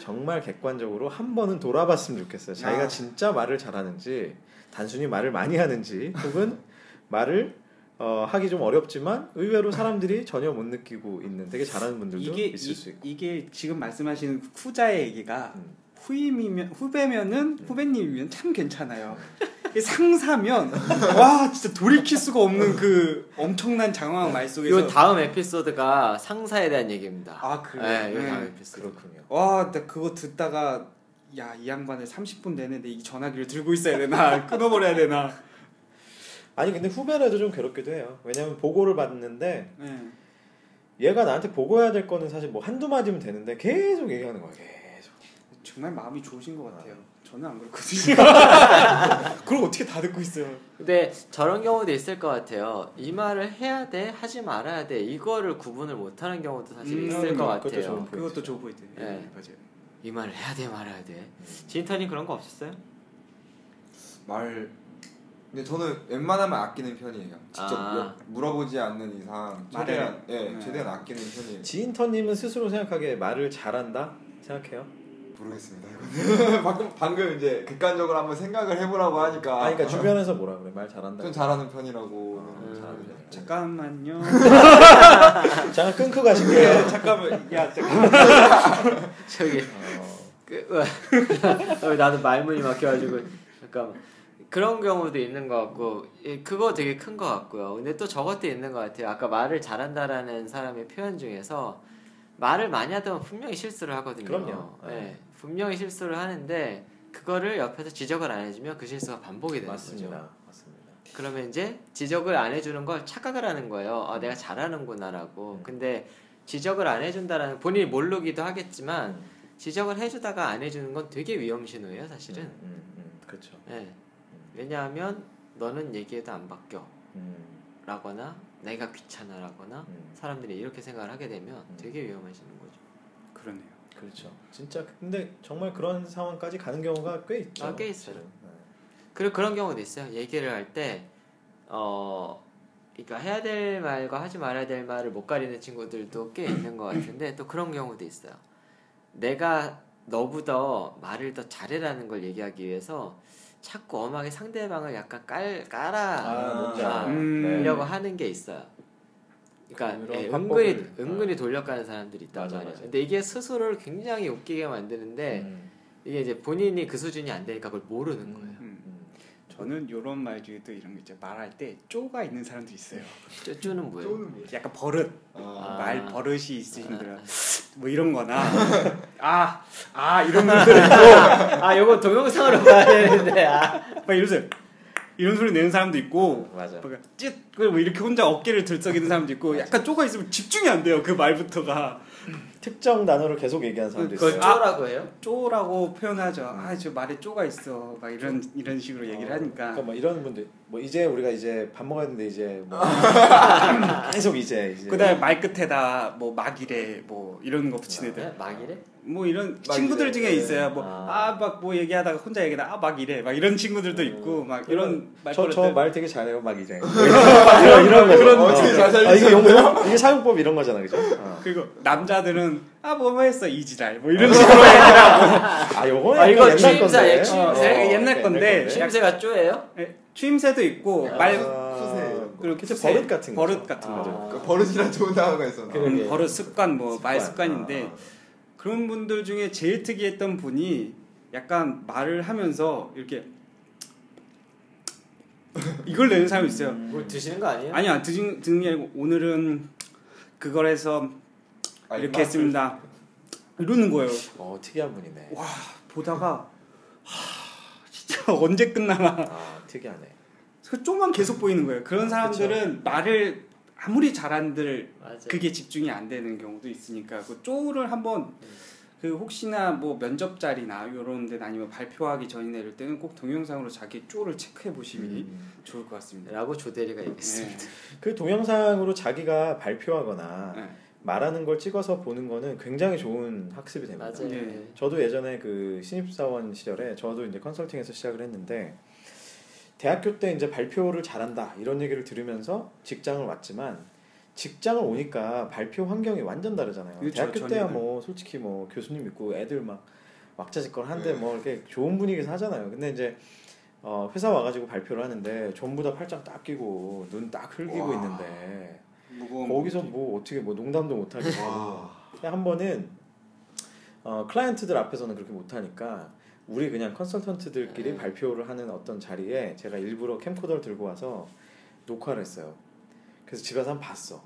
정말 객관적으로 한 번은 돌아봤으면 좋겠어요. 자기가 아. 진짜 말을 잘하는지 단순히 말을 많이 하는지 혹은 말을 어, 하기 좀 어렵지만 의외로 사람들이 전혀 못 느끼고 있는 되게 잘하는 분들도 이게 있을 수 이, 있고. 이게 지금 말씀하시는 쿠자의 얘기가 음. 후임이면 후배면은 후배님이면 참 괜찮아요. 이 상사면 와 진짜 돌이킬 수가 없는 그 엄청난 장황 말 요 속에서 다음 에피소드가 상사에 대한 얘기입니다. 아, 그래요? 네, 요 다음 네. 에피소드. 그렇군요. 와, 나 그거 듣다가 야, 이 양반을 30분 내내 이 전화기를 들고 있어야 되나? [laughs] 끊어버려야 되나? 아니 근데 후배라도 좀 괴롭기도 해요. 왜냐하면 보고를 받는데 네. 얘가 나한테 보고해야 될 거는 사실 뭐 한두 마디면 되는데 계속 얘기하는 거야. 계속. 정말 마음이 좋으신 것 같아요. 저는 [laughs] 안 그렇거든요. 그걸 어떻게 다 듣고 있어요? 근데 저런 경우도 있을 것 같아요. 이 말을 해야 돼, 하지 말아야 돼. 이거를 구분을 못하는 경우도 사실 음, 있을 것 그것도 같아요. 좋은 포인트. 그것도 좋아 보이대요. 네. 네, 맞아요. 이 말을 해야 돼, 말아야 돼. 음. 진턴이 그런 거 없었어요? 말. 근데 저는 웬만하면 아끼는 편이에요. 직접 아. 여- 물어보지 않는 이상 최대한 말해요? 예 네. 최대한 아끼는 편이에요. 지인턴님은 스스로 생각하기에 말을 잘한다 생각해요? 모르겠습니다. 이거는. [laughs] 방금 방금 이제 객관적으로 한번 생각을 해보라고 하니까. 아니 그러니까 주변에서 뭐라 그래 말 잘한다. 좀 잘하는 편이라고. 음, 잘하는 편이라고. [laughs] 잠깐만요. 잠깐 끊고 아, 가실게요. 잠깐만. 야, 잠깐. 저기 네. 그, 어, 나도 말문이 막혀가지고 잠깐만 그런 경우도 있는 것 같고 예, 그거 되게 큰 것 같고요 근데 또 저것도 있는 것 같아요 아까 말을 잘한다라는 사람의 표현 중에서 말을 많이 하다 보면 분명히 실수를 하거든요 그럼요. 예, 분명히 실수를 하는데 그거를 옆에서 지적을 안 해주면 그 실수가 반복이 되는 거죠 맞습니다. 맞습니다. 그러면 이제 지적을 안 해주는 걸 착각을 하는 거예요 아, 내가 잘하는구나라고 음. 근데 지적을 안 해준다라는 본인이 모르기도 하겠지만 지적을 해주다가 안 해주는 건 되게 위험 신호예요 사실은 음, 음, 음, 그렇죠. 예. 왜냐하면 너는 얘기해도 안 바뀌어 라거나 내가 귀찮아 라거나 음. 사람들이 이렇게 생각을 하게 되면 음. 되게 위험해지는 거죠 그러네요. 그렇죠. 진짜 근데 정말 그런 상황까지 가는 경우가 꽤 있죠. 아, 꽤 있어요. 사실은. 네. 그리고 그런 경우도 있어요 얘기를 할 때어 그러니까 해야 될 말과 하지 말아야 될 말을 못 가리는 친구들도 꽤 있는 것 같은데 또 그런 경우도 있어요 내가 너보다 말을 더 잘해라는 걸 얘기하기 위해서 자꾸 엄하게 상대방을 약간 깔 깔아 아, 뭔지 알아요. 음. 네. 하려고 하는 게 있어요. 그러니까 그런 예, 방법을, 은근히 아. 은근히 돌려가는 사람들이 있단 맞아, 말이에요. 맞아. 근데 이게 스스로를 굉장히 웃기게 만드는데 음, 이게 이제 본인이 그 수준이 안 되니까 그걸 모르는 거예요. 음. 음. 저는 요런 말 중에 또 이런 거 있죠. 말할 때 쪼가 있는 사람도 있어요. 쪼쪼는 네. 뭐예요? 쪼는 거지. 약간 버릇, 어, 아. 아. 말 버릇이 있으신 아. 분들은 뭐 [laughs] 이런 거나 아, 아 이런 분들 있고 아, 요거 동영상으로 [laughs] 봐야 되는데. 아. 막 이러세요. 이런 소리 내는 사람도 있고 맞아. 막 찢! 그리고 뭐 이렇게 혼자 어깨를 들썩이는 사람도 있고 약간 쪼가 있으면 집중이 안 돼요. 그 말부터가 특정 단어를 계속 얘기하는 사람도 그걸 있어요. 아. 쪼라고 해요? 쪼라고 표현하죠. 아, 저 말에 쪼가 있어. 막 이런 이런 식으로 얘기를 하니까 그러니까 뭐 이런 분들 뭐 이제 우리가 이제 밥 먹어야 되는데 이제 [laughs] 뭐 계속 이제 이제 그다음에 말 끝에다 뭐 막이래 뭐 이런 거 붙인 아, 애들 예? 네? 막 이래? 뭐 이런 막 친구들 이래. 중에 있어요. 뭐 아 아. 막 뭐 얘기하다가 혼자 얘기하다 아 막 이래 막 이런 친구들도 있고 막 이런 말버릇들 음. 저저 말 되게 잘해요 막 [laughs] 이제 이런 이런 거 그런 어떻게 잘 아, 이게 살리셨네요? 용법 이게 사용법 이런 거잖아 그죠? 어. 그리고 남자들은 아 뭐 뭐 했어 이지랄 뭐 이런 식으로 얘기를 하고 아 요거는 아, 이거 약간 옛날 취임사, 건데. 예, 취임사. 어, 옛날 건데. 건데. 심세가 쪼예요? 예, 추임새도 있고 아. 말 쿠세 이런 거. 그리고 그쵸, 쿠세, 버릇 같은 거죠. 버릇 같은 아. 거죠. 그 버릇이란 좋은 단어가 있었나? 그러게. 음, 버릇 습관 뭐 말 습관. 습관인데 아. 그런 분들 중에 제일 특이했던 분이 약간 말을 하면서 이렇게 이걸 내는 사람이 있어요. 뭘 드시는 거 아니에요? 아니야 드신 드는 게 아니고 오늘은 그걸 해서 아, 이렇게 했습니다. 이러는 거예요. 어 특이한 분이네. 와 보다가 하, 진짜 [laughs] 언제 끝나나. 아 특이하네. 그 좀만 계속 보이는 거예요. 그런 사람들은 말을 아무리 잘한들 맞아. 네. 그게 집중이 안 되는 경우도 있으니까 그 쪼를 한번 그 혹시나 뭐 면접 자리나 이런 데 아니면 발표하기 전이나 이럴 때는 꼭 동영상으로 자기 쪼를 체크해 보시면 음. 좋을 것 같습니다. 라고 조대리가 얘기했습니다. 음. 그 동영상으로 자기가 발표하거나 네. 말하는 걸 찍어서 보는 거는 굉장히 좋은 학습이 됩니다. 맞아요. 예. 네. 저도 예전에 그 신입사원 시절에 저도 이제 컨설팅에서 시작을 했는데 대학교 때 이제 발표를 잘한다 이런 얘기를 들으면서 직장을 왔지만 직장을 오니까 발표 환경이 완전 다르잖아요. 그렇죠, 대학교 때야 전혀요. 뭐 솔직히 뭐 교수님 있고 애들 막 왁자지껄 네. 한데 뭐 이렇게 좋은 분위기에서 하잖아요. 근데 이제 어, 회사 와가지고 발표를 하는데 전부 다 팔짱 딱 끼고 눈 딱 흘기고 와. 있는데 무거운 거기서 뭐 어떻게 뭐 농담도 [laughs] 못하고 와. 근데 한 번은 어, 클라이언트들 앞에서는 그렇게 못하니까 우리 그냥 컨설턴트들끼리 네. 발표를 하는 어떤 자리에 제가 일부러 캠코더를 들고 와서 녹화를 했어요. 그래서 집에서 한 번 봤어.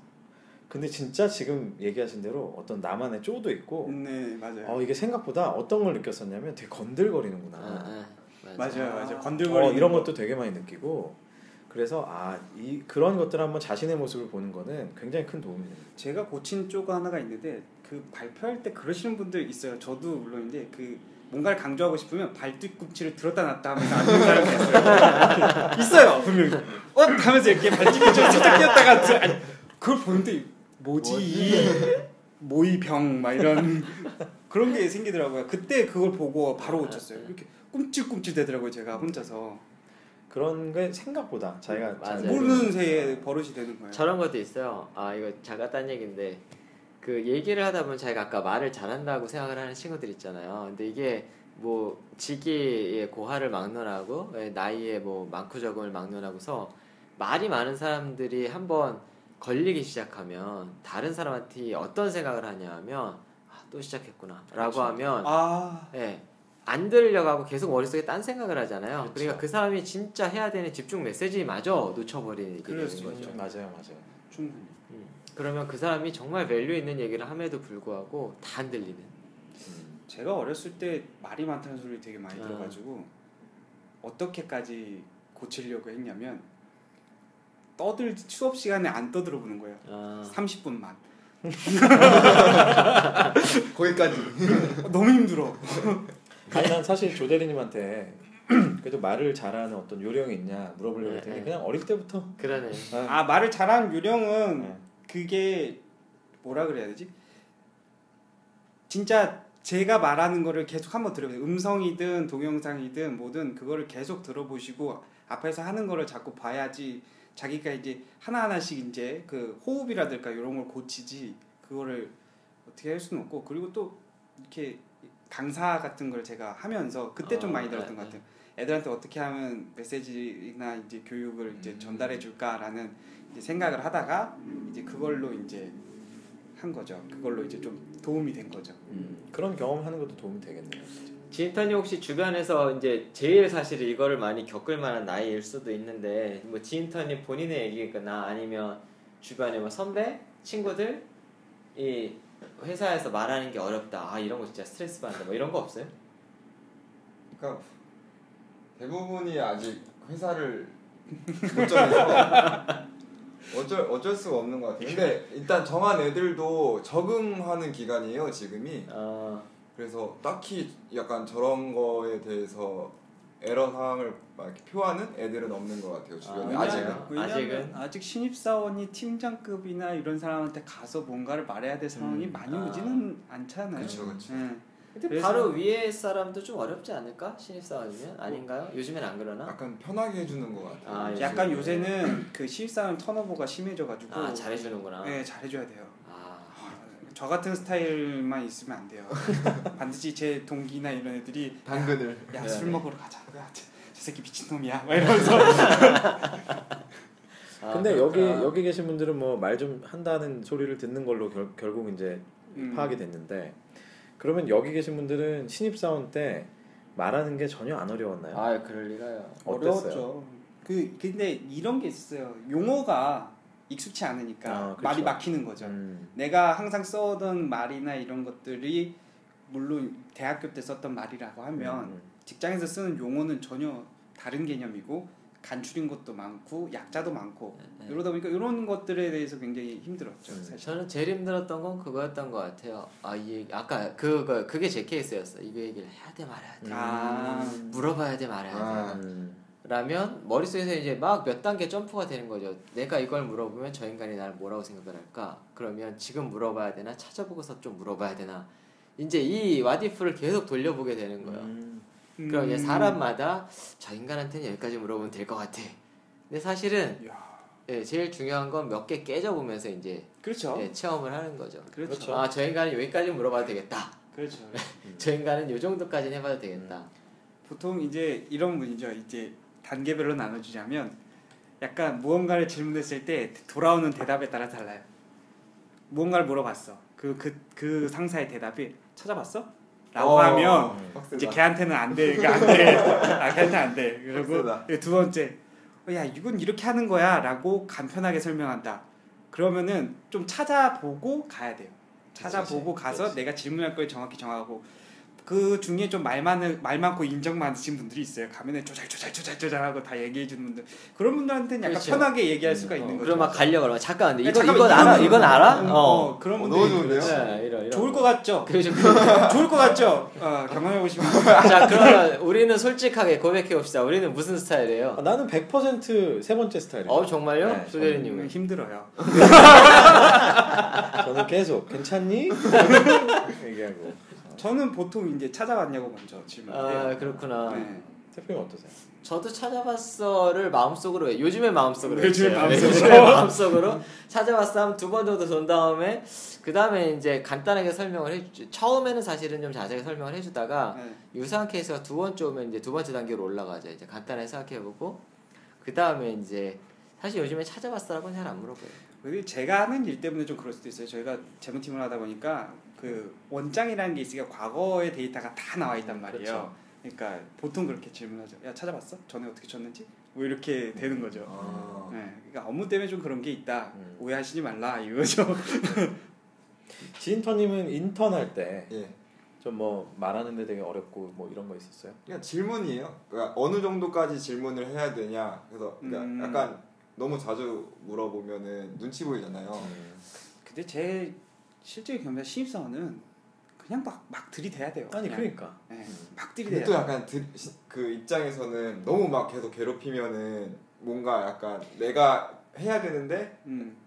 근데 진짜 지금 얘기하신 대로 어떤 나만의 쪼도 있고 네 맞아요. 어, 이게 생각보다 어떤 걸 느꼈었냐면 되게 건들거리는구나. 아, 아, 맞아요 맞아요. 아. 건들거리 어, 이런 것도 되게 많이 느끼고 그래서 아, 이 그런 것들 을 한번 자신의 모습을 보는 거는 굉장히 큰 도움이 됩니다. 제가 고친 쪼가 하나가 있는데 그 발표할 때 그러시는 분들 있어요. 저도 물론인데 그 뭔가를 강조하고 싶으면 발뒤꿈치를 들었다 놨다 하면서 앉는 사람이 있어요. 있어요. 분명히. 어? 하면서 이렇게 발뒤꿈치를 살짝 끼었다가 들- 아니, 그걸 보는데 뭐지 이 모이병 막 이런 그런 게 생기더라고요. 그때 그걸 보고 바로 고쳤어요. 이렇게 꿈찔꿈찔 되더라고요. 제가 혼자서 그런 게 생각보다 자기가 음, 잘 맞아요. 모르는 새에 버릇이 되는 거예요. 저런 것도 있어요. 아 이거 잠깐 딴 얘기인데 그 얘기를 하다 보면 자기가 아까 말을 잘한다고 생각을 하는 친구들 있잖아요. 근데 이게 뭐 직위의 고하를 막론하고 예, 나이의 뭐 많고 적음을 막론하고서 말이 많은 사람들이 한번 걸리기 시작하면 다른 사람한테 어떤 생각을 하냐면 아, 또 시작했구나라고 하면 그렇죠. 아 예. 안 들으려고 하고 계속 머릿속에 딴 생각을 하잖아요. 그러니까그 그렇죠. 사람이 진짜 해야 되는 집중 메시지마저 놓쳐버리게 되는 그럴 수 거죠. 있죠. 맞아요, 맞아요. 충분히. 그러면 그 사람이 정말 밸류 있는 얘기를 함에도 불구하고 다 안 들리는. 음. 제가 어렸을 때 말이 많다는 소리 되게 많이 아. 들어가지고 어떻게까지 고치려고 했냐면 떠들 수업 시간에 안 떠들어 보는 거예요. 아, 30분만. 거기까지. 너무 힘들어. 아니 난 사실 조대리님한테 [clears throat] 그래도 말을 잘하는 어떤 요령이 있냐 물어보려고 했더니 네, 그냥 어릴 때부터 그러네. 아 말을 잘하는 요령은 네. 그게 뭐라 그래야 되지? 진짜 제가 말하는 거를 계속 한번 들어보세요. 음성이든 동영상이든 뭐든 그거를 계속 들어보시고 앞에서 하는 거를 자꾸 봐야지 자기가 이제 하나하나씩 이제 그 호흡이라든가 이런 걸 고치지 그거를 어떻게 할 수는 없고 그리고 또 이렇게 강사 같은 걸 제가 하면서 그때 좀 어, 많이 들었던 네, 것 같아요. 애들한테 어떻게 하면 메시지나 이제 교육을 음. 이제 전달해 줄까라는 이제 생각을 하다가 이제 그걸로 이제 한 거죠. 그걸로 이제 좀 도움이 된 거죠. 음. 그런 경험하는 것도 도움이 되겠네요. 진턴이 혹시 주변에서 이제 제일 사실 이거를 많이 겪을 만한 나이일 수도 있는데 뭐 진턴이 본인의 얘기거나 아니면 주변에 뭐 선배 친구들 이 회사에서 말하는 게 어렵다. 아 이런 거 진짜 스트레스 받는다. 뭐 이런 거 없어요? 그러니까 대부분이 아직 회사를 못 정해서 [laughs] 어쩔 어쩔 수가 없는 것 같아요. 근데 일단 정한 애들도 적응하는 기간이에요 지금이. 아. 어, 그래서 딱히 약간 저런 거에 대해서 에러 사항을 막 이렇게 표하는 애들은 없는 것 같아요 주변에 아, 아, 직은 아직은? 왜냐면 아직은? 아직 신입 사원이 팀장급이나 이런 사람한테 가서 뭔가를 말해야 될 상황이 음, 많이 아. 오지는 않잖아요. 그쵸, 그쵸. 예. 근데 그래서- 바로 위에 사람도 좀 어렵지 않을까? 신입사원이면 아닌가요? 요즘엔 안 그러나? 약간 편하게 해주는 것 같아요. 예. 아, 요즘- 약간 요새는 그 신입 사원 턴오버가 심해져가지고 아 잘해주는구나. 네, 잘해줘야 돼요. 아 저 같은 스타일만 있으면 안 돼요. [laughs] 반드시 제 동기나 이런 애들이 당근을 야 네, 술 네. 먹으러 가자. 야, 저, 저 새끼 미친놈이야. 막 이러면서 아, 근데 그렇구나. 여기 여기 계신 분들은 뭐 말 좀 한다는 소리를 듣는 걸로 결, 결국 이제 음. 파악이 됐는데 그러면 여기 계신 분들은 신입 사원 때 말하는 게 전혀 안 어려웠나요? 아 그럴 리가요. 어땠어요? 어려웠죠. 그 근데 이런 게 있어요. 용어가 익숙치 않으니까 아, 그렇죠. 말이 막히는 거죠. 음, 내가 항상 써오던 말이나 이런 것들이 물론 대학교 때 썼던 말이라고 하면 음, 직장에서 쓰는 용어는 전혀 다른 개념이고 간추린 것도 많고 약자도 많고 네. 이러다 보니까 이런 것들에 대해서 굉장히 힘들었죠. 음. 사실. 저는 제일 힘들었던 건 그거였던 것 같아요. 아, 이 얘기- 아까 그거 그게 제 케이스였어. 이거 얘기를 해야 돼 말아야 돼. 아, 물어봐야 돼 말아야 돼. 아. 음. 라면 머릿속에서 이제 막 몇 단계 점프가 되는 거죠. 내가 이걸 물어보면 저 인간이 나를 뭐라고 생각을 할까? 그러면 지금 물어봐야 되나? 찾아보고서 좀 물어봐야 되나? 이제 이 와디프를 계속 돌려보게 되는 거예요. 음. 그럼 그러니까 이제 음. 사람마다 저 인간한테는 여기까지 물어보면 될 것 같아. 근데 사실은 이야, 예, 제일 중요한 건 몇 개 깨져보면서 이제 그렇죠. 예, 체험을 하는 거죠. 그렇죠. 아, 저 인간은 여기까지 물어봐도 되겠다. 그렇죠. 저 인간은 요 정도까지는 해봐도 음. 되겠다. 보통 이제 이런 분이죠. 이제 단계별로 나눠주자면 약간 무언가를 질문했을 때 돌아오는 대답에 따라 달라요. 무언가를 물어봤어. 그 그 그 상사의 대답이 찾아봤어? 라고 어, 하면 아, 빡세다. 이제 걔한테는 안 돼. 그러니까 안 돼. 아, 걔한테 안 돼. 그리고 빡세다. 두 번째. 어, 야, 이건 이렇게 하는 거야. 라고 간편하게 설명한다. 그러면은 좀 찾아보고 가야 돼요. 찾아보고 그치, 가서 그치. 내가 질문할 걸 정확히 정하고 그 중에 좀 말 많은 말 많고 인정 많으신 분들이 있어요. 가면은 조잘 조잘 조잘 조잘하고 다 얘기해 주는 분들. 그런 분들한테는 약간 그렇죠. 편하게 얘기할 음, 수가 어, 있는 거죠. 그럼 막 가려고 그러면 잠깐 야, 근데 이거 잠깐만, 이건 알아? 이거는- 이건 알아? 음, 어. 어, 그런 어, 분들 너무 좋은데요? 네, 이런 이런. 좋을 것 같죠. [laughs] 그죠. 좋을 것 같죠. 어, 경험해 보시면 [laughs] 자 그러면 우리는 솔직하게 고백해 봅시다. 우리는 무슨 스타일이에요? 아, 나는 100%세 번째 스타일이에요. 어 정말요? 네, 수대리님 은 힘들어요. 저는 계속 [laughs] 괜찮니? [laughs] 얘기하고. 저는 보통 이제 찾아왔냐고 먼저 질문해요. 아 그렇구나. 네. 태평이 어떠세요? 저도 찾아봤어를 마음속으로 해. 요즘에 마음속으로 요즘에 했어요. 네, 마음속으로. 요즘에 마음속으로 찾아봤어 하면 두 번 정도 돈 다음에 그 다음에 이제 간단하게 설명을 해주죠. 처음에는 사실은 좀 자세하게 설명을 해주다가 네. 유사한 케이스가 두 번째 오면 이제 두 번째 단계로 올라가죠. 이제 간단하게 생각해보고 그 다음에 이제 사실 요즘에 찾아봤어라고는 잘 안 물어봐요. 그리고 제가 하는 일 때문에 좀 그럴 수도 있어요. 저희가 재무팀을 하다 보니까 그 원장이라는 게 있으니까 과거의 데이터가 다 나와 있단 그렇죠. 말이에요. 그러니까 보통 그렇게 질문하죠. 야 찾아봤어? 전에 어떻게 쳤는지? 뭐 이렇게 되는 거죠. 아. 네. 그러니까 업무 때문에 좀 그런 게 있다. 음. 오해하시지 말라 이거죠. [laughs] 지인터님은 인턴 할 때 예. 좀 뭐 말하는데 되게 어렵고 뭐 이런 거 있었어요? 그냥 질문이에요. 그러니까 어느 정도까지 질문을 해야 되냐. 그래서 그러니까 음. 약간 너무 자주 물어보면은 눈치 보이잖아요. 음. 근데 제 실제 경험상 신입사원은 그냥 막 막 들이대야 돼요. 아니 그냥. 그러니까. 네. 막 근데 들이대야 또 돼요. 약간 드, 시- 그 입장에서는 너무 막 계속 괴롭히면은 뭔가 약간 내가 해야 되는데 음.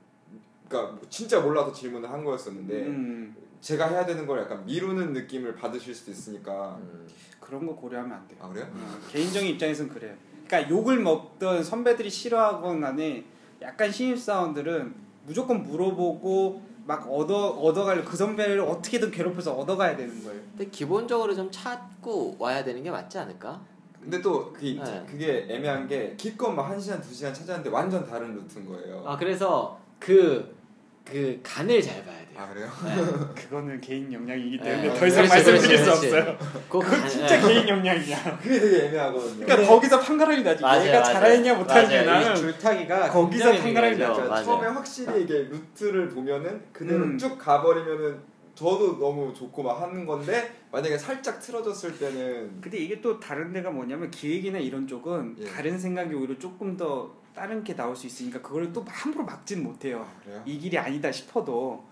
그러니까 진짜 몰라서 질문을 한 네. 거였었는데 음. 제가 해야 되는 걸 약간 미루는 느낌을 받으실 수도 있으니까 음. 그런 거 고려하면 안 돼요. 아 그래요? 어, 개인적인 입장에선 그래요. 그러니까 욕을 먹던 선배들이 싫어하건 간에 약간 신입사원들은 무조건 물어보고 막 얻어 얻어갈 그 선배를 어떻게든 괴롭혀서 얻어가야 되는 거예요. 근데 기본적으로 좀 찾고 와야 되는 게 맞지 않을까? 근데 또 그게, 있- 네. 그게 애매한 게 기껏 막 1시간 2시간 찾았는데 완전 다른 루트인 거예요 아 그래서 그 그 간을 잘 봐야 네. 돼요. 아 그래요? [laughs] 그거는 개인 역량이기 때문에 때문에 네, 더 이상 그렇지, 말씀드릴 그렇지, 수 그렇지. 없어요. 그 어, 그렇죠, 그건 간- 진짜 개인 역량이야. 그게 되게 애매하거든요 네, 그러니까 거기서 판가름이 나지. 맞아요, 얘가 맞아요. 잘하느냐 못하느냐 맞아요. 이 나는 줄타기가 거기서 어, 굉장히 판가름이 중요하죠. 나죠. 그러니까 맞아요. 처음에 확실히 이게 루트를 보면은 그대로 음. 쭉 가버리면은 저도 너무 좋고 막 하는 건데 만약에 살짝 틀어졌을 때는 근데 이게 또 다른 데가 뭐냐면 기획이나 이런 쪽은 예. 다른 생각이 오히려 조금 더 다른 게 나올 수 있으니까 그걸 또 함부로 막진 못해요. 아, 그래요? 이 길이 아니다 싶어도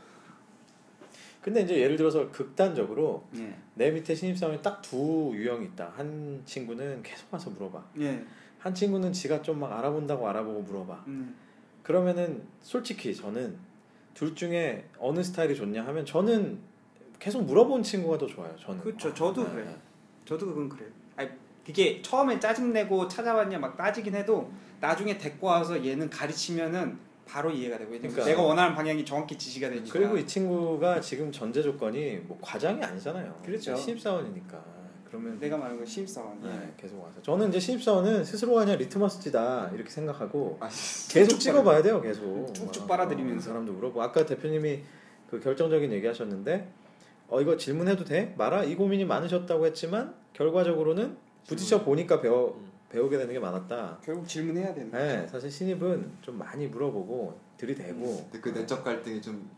근데 이제 예를 들어서 극단적으로 예. 내 밑에 신입사원이 딱 두 유형이 있다. 한 친구는 계속 와서 물어봐. 예. 한 친구는 지가 좀 막 알아본다고 알아보고 물어봐. 음. 그러면은 솔직히 저는 둘 중에 어느 스타일이 좋냐 하면 저는 계속 물어본 친구가 더 좋아요. 저는. 그쵸, 저도 네, 그래요. 네. 저도 그건 그래요. 아니, 그게 처음에 짜증내고 찾아봤냐 막 따지긴 해도 나중에 데리고 와서 얘는 가르치면은 바로 이해가 되고 왜냐면 그러니까. 내가 원하는 방향이 정확히 지시가 되니까 그리고 이 친구가 지금 전제 조건이 뭐 과장이 아니잖아요. 그렇죠. 신입사원이니까. 그러면 내가 말하는 건 신입사원 네, 계속 와서 저는 이제 신입사원은 스스로가 아니라 리트머스지다 이렇게 생각하고 아, 계속 쭉쭉 찍어봐야 돼요 계속 쭉쭉 아, 빨아들이면서. 사람도 물어보고 아까 대표님이 그 결정적인 얘기하셨는데 어 이거 질문해도 돼? 말아 이 고민이 많으셨다고 했지만 결과적으로는 부딪혀 보니까 배워 배우게 되는 게 많았다. 결국 질문해야 되는 거죠 네, 사실 신입은 좀 많이 물어보고 들이대고 근데 그 내적 갈등이 좀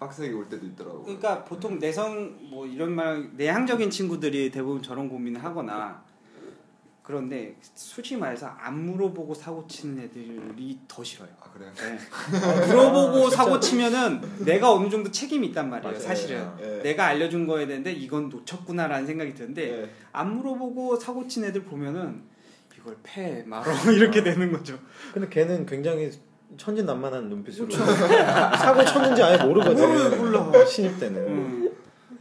빡세게 올 때도 있더라고요 그러니까 보통 내성 뭐 이런 말 내향적인 친구들이 대부분 저런 고민을 하거나 그런데 솔직히 말해서 안 물어보고 사고 치는 애들이 더 싫어요. 아 그래요? 네. 물어보고 아, 진짜. 사고 치면은 내가 어느 정도 책임이 있단 말이에요. 맞아요. 사실은 예. 내가 알려준 거에 대한데 이건 놓쳤구나라는 생각이 드는데 예. 안 물어보고 사고 친 애들 보면은 이걸 패 말어 [laughs] 이렇게 되는 거죠. 근데 걔는 굉장히 천진난만한 눈빛으로 [laughs] 사고 쳤는지 아예 모르거든. 몰라. 신입 때는. 음.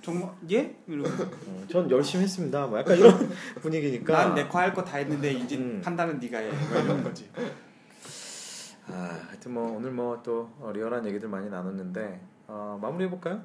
정말 예? 이러고 어, 전 열심히 했습니다. 뭐 약간 이런 [laughs] 분위기니까. 난내거할거 다 했는데 이제 그러니까 음. 판단은 네가 해. 뭐 이런 거지. 아, 하여튼 뭐 오늘 뭐 또 리얼한 얘기들 많이 나눴는데 어, 마무리해 볼까요?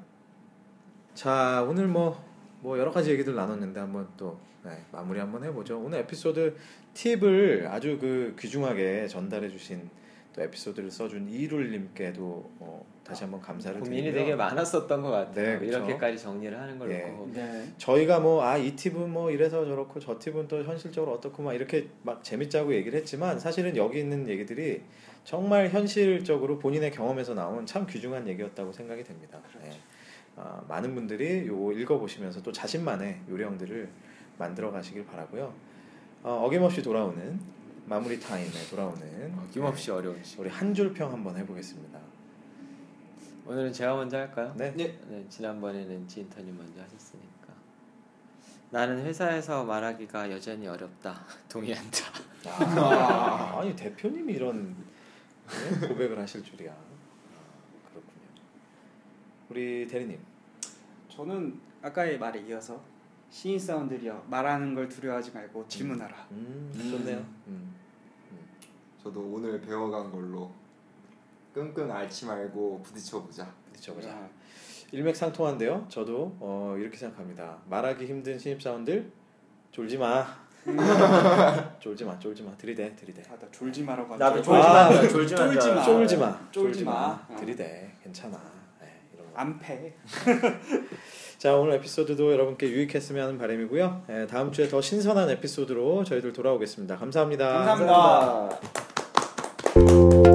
자, 오늘 뭐, 뭐 여러 가지 얘기들 나눴는데 한번 또 네, 마무리 한번 해보죠. 오늘 에피소드 팁을 아주 그 귀중하게 전달해주신 또 에피소드를 써준 이룰님께도 어, 다시 한번 감사를 고민이 드리고요. 되게 많았었던 것 같아요. 뭐 네, 그쵸. 이렇게까지 정리를 하는 걸 예. 놓고 네. 저희가 뭐 아 이 팁은 뭐 이래서 저렇고 저 팁은 또 현실적으로 어떻고 막 이렇게 막 재밌자고 얘기를 했지만 사실은 여기 있는 얘기들이 정말 현실적으로 본인의 경험에서 나온 참 귀중한 얘기였다고 생각이 됩니다. 그렇죠. 네. 아, 많은 분들이 요거 읽어보시면서 또 자신만의 요령들을 만들어 가시길 바라고요. 어, 김없이 돌아오는 마무리 타임에 돌아오는 어김없이 어려운 네, 시. 우리 한 줄 평 한번 해보겠습니다. 오늘은 제가 먼저 할까요? 네. 네, 지난번에는 지인턴님 먼저 하셨으니까 나는 회사에서 말하기가 여전히 어렵다. [laughs] 동의한다. 아, 아니 대표님이 이런 네? 고백을 하실 줄이야. 아, 그렇군요. 우리 대리님. 저는 아까의 말에 이어서 시인 사운드리어 말하는 걸 두려워하지 말고 질문하라. 음, 좋네요. 음. 저도 오늘 배워간 걸로 끙끙 앓지 말고 부딪혀보자. 부딪혀보자. 아, 일맥상통한데요. 저도 어, 이렇게 생각합니다. 말하기 힘든 신입사원들 졸지 마. [laughs] 졸지 마. 졸지 마. 들이대. 들이대. 아, 나 졸지 마라고 하죠. 졸지 마. 마. 졸지 마. 어. 졸지 마. 졸지 마. 들이대. 괜찮아. 네, 이런 거. 안 패. 자 오늘 에피소드도 여러분께 유익했으면 하는 바람이고요. 예, 다음 주에 더 아, 신선한 에피소드로 저희들 돌아오겠습니다. 감사합니다. 감사합니다.